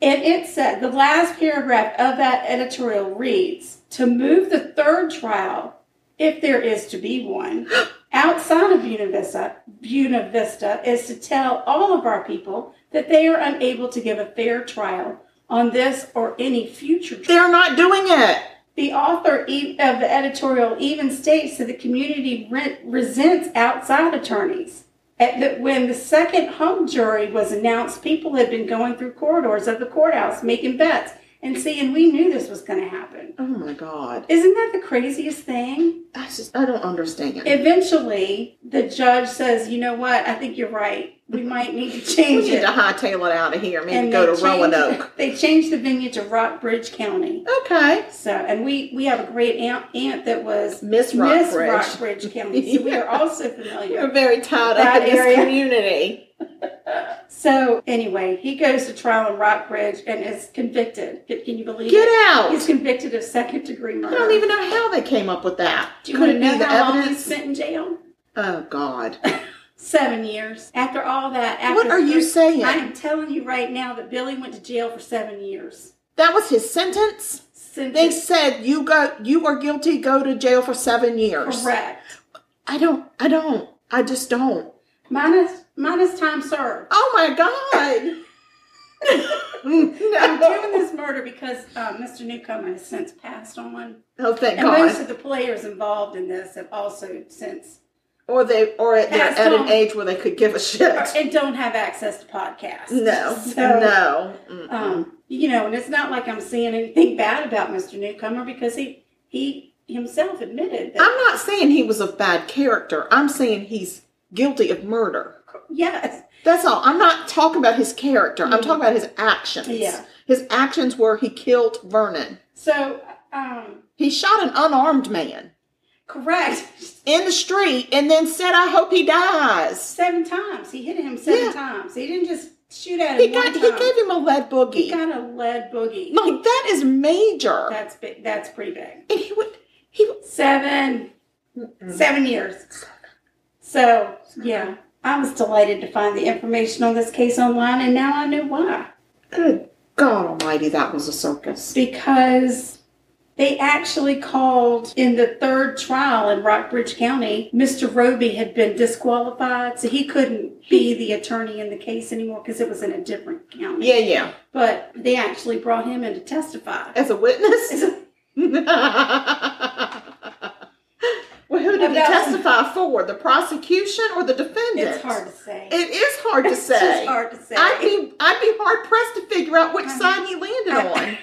D: And it said the last paragraph of that editorial reads to move the third trial, if there is to be one, outside of Buena Vista, Buena Vista is to tell all of our people that they are unable to give a fair trial on this or any future trial.
C: They're not doing it.
D: The author e- of the editorial even states that the community rent resents outside attorneys. At the, when the second hung jury was announced, people had been going through corridors of the courthouse making bets and seeing we knew this was going to happen.
C: Oh my god.
D: Isn't that the craziest thing?
C: I just I don't understand.
D: Eventually, the judge says, "You know what? I think you're right. We might need to
C: we
D: change
C: need to
D: it."
C: hightail it out of here, maybe
D: And
C: go
D: they
C: to
D: changed-
C: Roanoke.
D: They changed the venue to Rockbridge County.
C: Okay.
D: So, and we we have a great aunt, aunt that was
C: Miss
D: Miss
C: Rockbridge.
D: Rockbridge County. So we are also familiar.
C: You're very tied up
D: That
C: in this
D: area.
C: community.
D: So anyway, he goes to trial in Rockbridge and is convicted. Can can you believe
C: Get
D: it?
C: out.
D: He's convicted of second degree
C: I
D: murder.
C: don't even know how they came up with that.
D: Do you
C: Could
D: want
C: it
D: to
C: be
D: know
C: the
D: how long he's
C: evidence?
D: sent in jail?
C: Oh God.
D: Seven years. After all that, after
C: What are you
D: three-
C: saying?
D: I am telling you right now that Billy went to jail for seven years.
C: That was his sentence? They
D: Sentence
C: said you go you are guilty, go to jail for seven years.
D: correct.
C: I don't I don't. I just don't.
D: Minus minus time served.
C: Oh my God.
D: I'm doing
C: no.
D: this murder because uh, Mr. Newcomer has since passed on.
C: Oh thank
D: And most
C: God.
D: of the players involved in this have also since
C: Or they or they're
D: That's
C: at an
D: gone.
C: age where they could give a shit.
D: and don't have access to podcasts.
C: No,
D: So,
C: no. Mm.
D: Um, you know, and it's not like I'm seeing anything bad about Mr. Newcomer because he he himself admitted that
C: I'm not saying he was of bad character. I'm saying he's guilty of murder.
D: yes,
C: That's all. I'm not talking about his character. I'm talking about his actions.
D: Mm-hmm. Yeah.
C: His actions were he killed Vernon.
D: so um,
C: He shot an unarmed man
D: correct.
C: in the street and then said, I hope he dies.
D: Seven times he hit him seven
C: Yeah.
D: times. He didn't just shoot at him.
C: He got
D: one
C: he
D: time.
C: gave him a lead boogie.
D: He got a lead boogie.
C: like that is major.
D: That's big. That's pretty big.
C: and he would he would-
D: Seven, seven years. So yeah, I was delighted to find the information on this case online, and now I know why.
C: Good God almighty, that was a circus.
D: because they actually called in the third trial in Rockbridge County. Mr. Roby had been disqualified, so he couldn't be the attorney in the case anymore because it was in a different county.
C: Yeah, yeah.
D: But they actually brought him in to testify.
C: As a witness? well, who did he
D: About-
C: testify for? The prosecution or the defendant?
D: It's hard to say.
C: It is hard to
D: It's
C: say.
D: just hard to say.
C: I'd be I'd be hard pressed to figure out which side he landed on.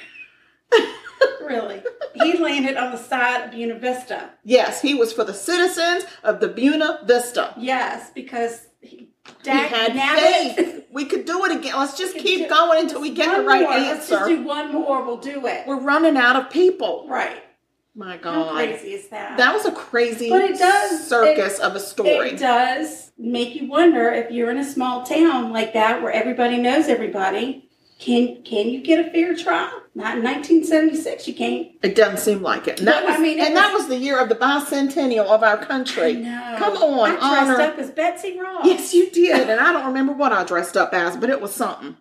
D: really. He landed on the side of Buena Vista.
C: Yes, he was for the citizens of the Buena Vista.
D: Yes, because he,
C: He had faith. We could do it again. Let's just keep going until we get the right
D: more. Let's just
C: answer.
D: do one more. We'll do it.
C: We're running out of people.
D: Right.
C: My
D: How
C: God.
D: crazy is that?
C: Oh, That was a crazy
D: But it does-
C: circus of a story.
D: It does make you wonder if you're in a small town like that where everybody knows everybody. Can can you get a fair trial? Not in 1976. You can't.
C: It doesn't seem like it. And that
D: No,
C: was,
D: I mean, it
C: and that
D: was-
C: was the year of the bicentennial of our country.
D: No.
C: Come on,
D: I dressed
C: honor.
D: up as Betsy Ross.
C: Yes, you did. And I don't remember what I dressed up as, but it was something.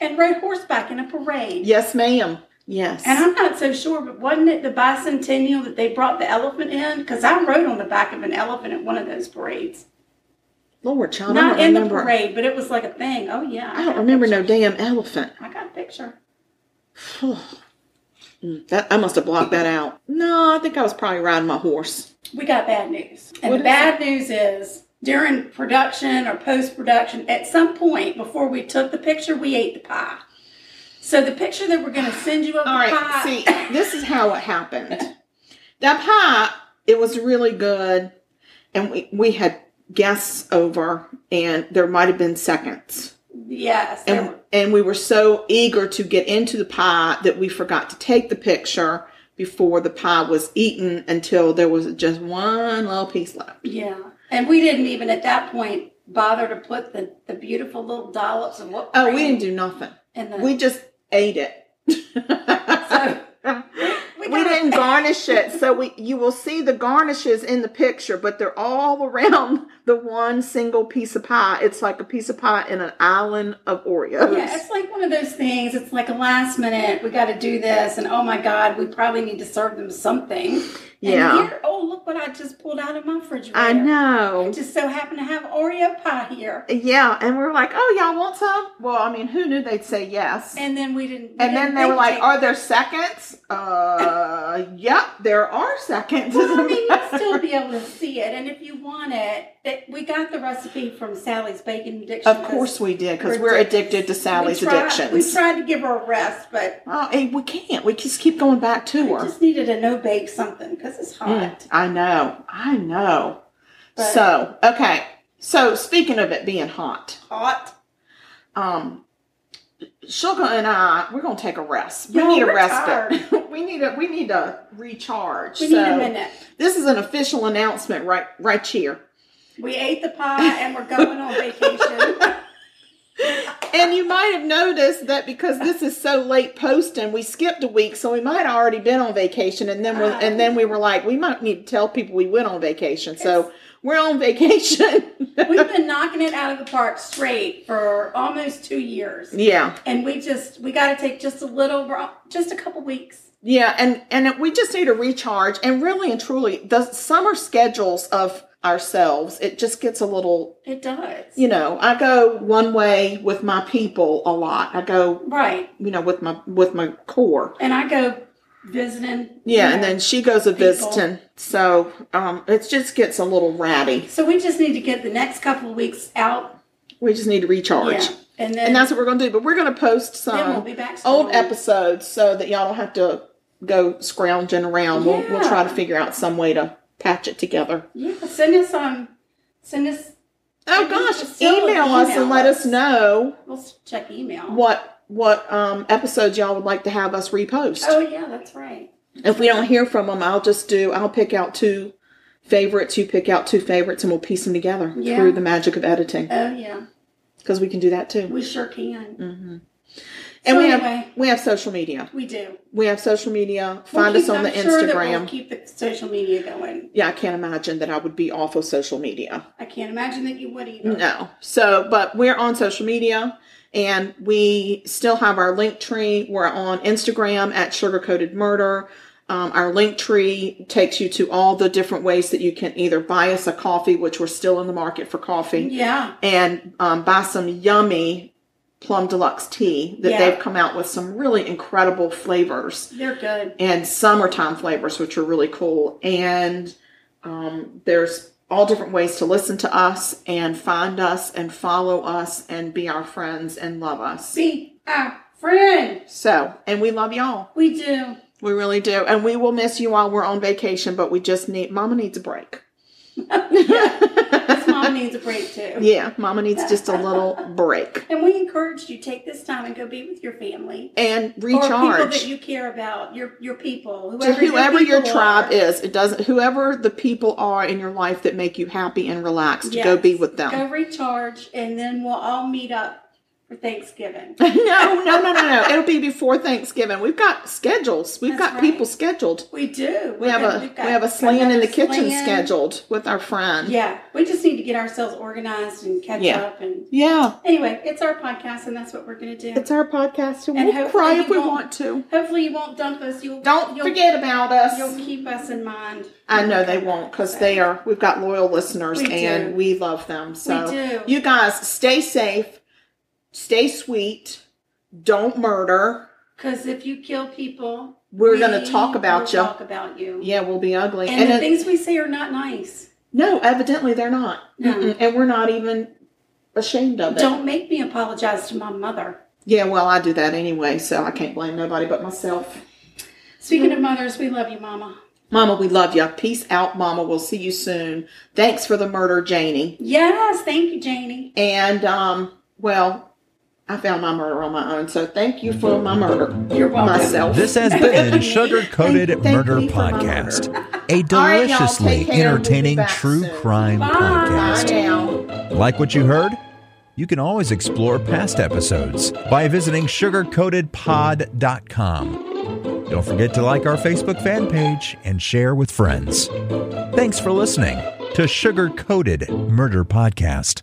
D: And rode horseback in a parade.
C: Yes, ma'am. Yes.
D: And I'm not so sure, but wasn't it the bicentennial that they brought the elephant in? Because I rode on the back of an elephant at one of those parades.
C: Lord, child, I
D: Not
C: don't
D: in the
C: remember.
D: parade, but it was like a thing. Oh yeah.
C: I don't remember no damn elephant.
D: I got a picture.
C: That I must have blocked that out. No, I think I was probably riding my horse.
D: we got bad news. And
C: What is
D: the bad news is during production or post production, at some point before we took the picture, we ate the pie. So the picture that we're going to send you of
C: All
D: the
C: right,
D: pie,
C: see, this is how it happened. That pie, it was really good, and we we had guests over, and there might have been seconds,
D: yes, there
C: and
D: were-
C: and we were so eager to get into the pie that we forgot to take the picture before the pie was eaten until there was just one little piece left.
D: yeah, and we didn't even at that point bother to put the, the beautiful little dollops of what.
C: Oh, we didn't do nothing.
D: And the,
C: We just ate it.
D: so
C: we,
D: got-
C: didn't garnish it so we you will see the garnishes in the picture but they're all around the one single piece of pie it's like a piece of pie in an island of oreos
D: yeah, it's like one of those things. It's like a last minute. We got to do this, and oh my God, we probably need to serve them something. And
C: Yeah.
D: here- oh, look what I just pulled out of my refrigerator.
C: i know
D: just so happen to have Oreo pie here.
C: yeah and we're like oh y'all want some well i mean who knew they'd say yes
D: And then we didn't. we
C: and then
D: didn't
C: they were
D: think
C: like
D: to-
C: are there seconds uh yep there are seconds
D: Well, I mean, you'd still be able to see it. And if you want it, that we got the recipe from Sally's Bacon Addiction.
C: of course we did because we're addicted to sally's
D: we tried, We
C: addictions
D: tried to give her a rest, but
C: oh and we can't we just keep going back to her
D: just needed a no bake something because it's hot.
C: I know. I know.
D: But-
C: Mm. so, okay. So, speaking of it being hot,
D: Hot.
C: um, Sugar and I, we're gonna take a rest. We
D: Y'all,
C: need a
D: we're
C: respite. we need a we need a recharge.
D: We
C: so,
D: need a minute.
C: This is an official announcement right right here.
D: We ate the pie and we're going on vacation.
C: And you might have noticed that because this is so late posting, we skipped a week, so we might already been on vacation, and then we are and then we were like, we might need to tell people we went on vacation. So we're on vacation.
D: We've been knocking it out of the park straight for almost two years.
C: yeah.
D: and we just we got to take just a little we're all- just a couple weeks
C: Yeah, and and we just need a recharge. And really and truly, the summer schedules of ourselves, it just gets a little.
D: it does
C: You know, I go one way with my people a lot. I go,
D: right
C: you know, with my with my core.
D: and i go visiting
C: Yeah,
D: you
C: and
D: know.
C: then she goes a
D: people.
C: visiting. So um, it just gets a little ratty.
D: so we just need to get the next couple of weeks out
C: We just need to recharge.
D: yeah and then
C: And that's what we're going to do. But we're going to post
D: then we'll
C: some
D: be back
C: old
D: strong.
C: episodes so that y'all don't have to go scrounging around. We'll, we'll
D: Yeah.
C: try to figure out some way to patch it together.
D: yeah send us um send us
C: Oh
D: Maybe
C: gosh,
D: just still
C: email, us
D: email
C: and let us
D: us.
C: know
D: we'll s- check email
C: what what um, episodes y'all would like to have us repost.
D: oh yeah that's right
C: If we don't hear from them, I'll just do I'll pick out two favorites. You pick out two favorites, and we'll piece them together
D: Yeah.
C: through the magic of editing
D: oh yeah
C: because we can do that too.
D: we sure can
C: Mm. and
D: so
C: we
D: anyway.
C: have we have social media.
D: we do
C: We have social media.
D: We'll
C: Find us
D: keep-
C: on the
D: I'm sure that
C: Instagram.
D: we'll keep the social media going
C: yeah, I can't imagine that I would be off of social media.
D: i can't imagine that you would either
C: No. So, but we're on social media and we still have our link tree. We're on Instagram at sugarcoated murder. Um, our link tree takes you to all the different ways that you can either buy us a coffee, which we're still in the market for coffee,
D: yeah
C: and um, buy some yummy plum deluxe tea that
D: Yeah.
C: they've come out with some really incredible flavors
D: they're good
C: and summertime flavors, which are really cool. And um, there's all different ways to listen to us and find us and follow us and be our friends and love us.
D: be our friend
C: So, and we love y'all.
D: We do.
C: We really do. And we will miss you while we're on vacation, but we just need, Mama needs a break.
D: It's mom Mama needs a break too.
C: Yeah, mama needs just a little break
D: And we encourage you take this time and go be with your family
C: and
D: or people that
C: recharge.
D: you care about, your your people,
C: To
D: whoever,
C: whoever
D: your,
C: your
D: people
C: tribe
D: are.
C: is, it doesn't. Whoever the people are in your life that make you happy and relaxed, go be
D: Yes.
C: with them.
D: Go recharge, and then we'll all meet up for Thanksgiving.
C: no, no, no, no, no. It'll be before Thanksgiving. We've got schedules. We've got
D: That's right.
C: people scheduled.
D: We do.
C: We have
D: got-
C: a
D: we've got
C: we have a slaying in the
D: another
C: kitchen
D: slaying.
C: scheduled with our friend.
D: Yeah, we just need to get ourselves organized and catch
C: Yeah.
D: up. And
C: Yeah.
D: anyway, it's our podcast, and that's what we're gonna do.
C: It's our podcast, and,
D: And
C: we'll
D: hopefully
C: cry
D: you
C: if we
D: won't-
C: want to.
D: Hopefully, you won't dump us. You'll
C: Don't
D: you'll,
C: forget about
D: You'll
C: us.
D: keep us in mind.
C: I know they won't because they are. We've got loyal listeners,
D: We do.
C: and we love them. So
D: do.
C: you guys stay safe, stay sweet, don't murder.
D: Because if you kill people,
C: We're gonna talk
D: will
C: about you.
D: Talk about you.
C: Yeah, we'll be ugly.
D: And, the
C: it-
D: things we say are not nice.
C: no, evidently they're not,
D: No.
C: Mm-mm. and we're not even ashamed of it.
D: Don't make me apologize to my mother.
C: Yeah, well, I do that anyway, so I can't blame nobody but myself.
D: Speaking of mothers, we love you, Mama.
C: Mama, we love ya. Peace out, Mama. We'll see you soon. Thanks for the murder, Janie.
D: Yes, thank you, Janie.
C: And, um, well, I found my murder on my own, so thank you for my murder.
D: You're welcome.
C: Myself.
B: This has been Sugar Coated
C: Thank- thank
B: Murder
C: you for my
B: Podcast, a
C: right, y'all,
B: deliciously
C: take care. We'll be
B: entertaining
C: back
B: true
C: soon.
B: crime
D: Bye.
C: Bye
B: podcast.
C: now.
B: Like what you heard? You can always explore past episodes by visiting sugarcoatedpod.com. Don't forget to like our Facebook fan page and share with friends. Thanks for listening to Sugar Coated Murder Podcast.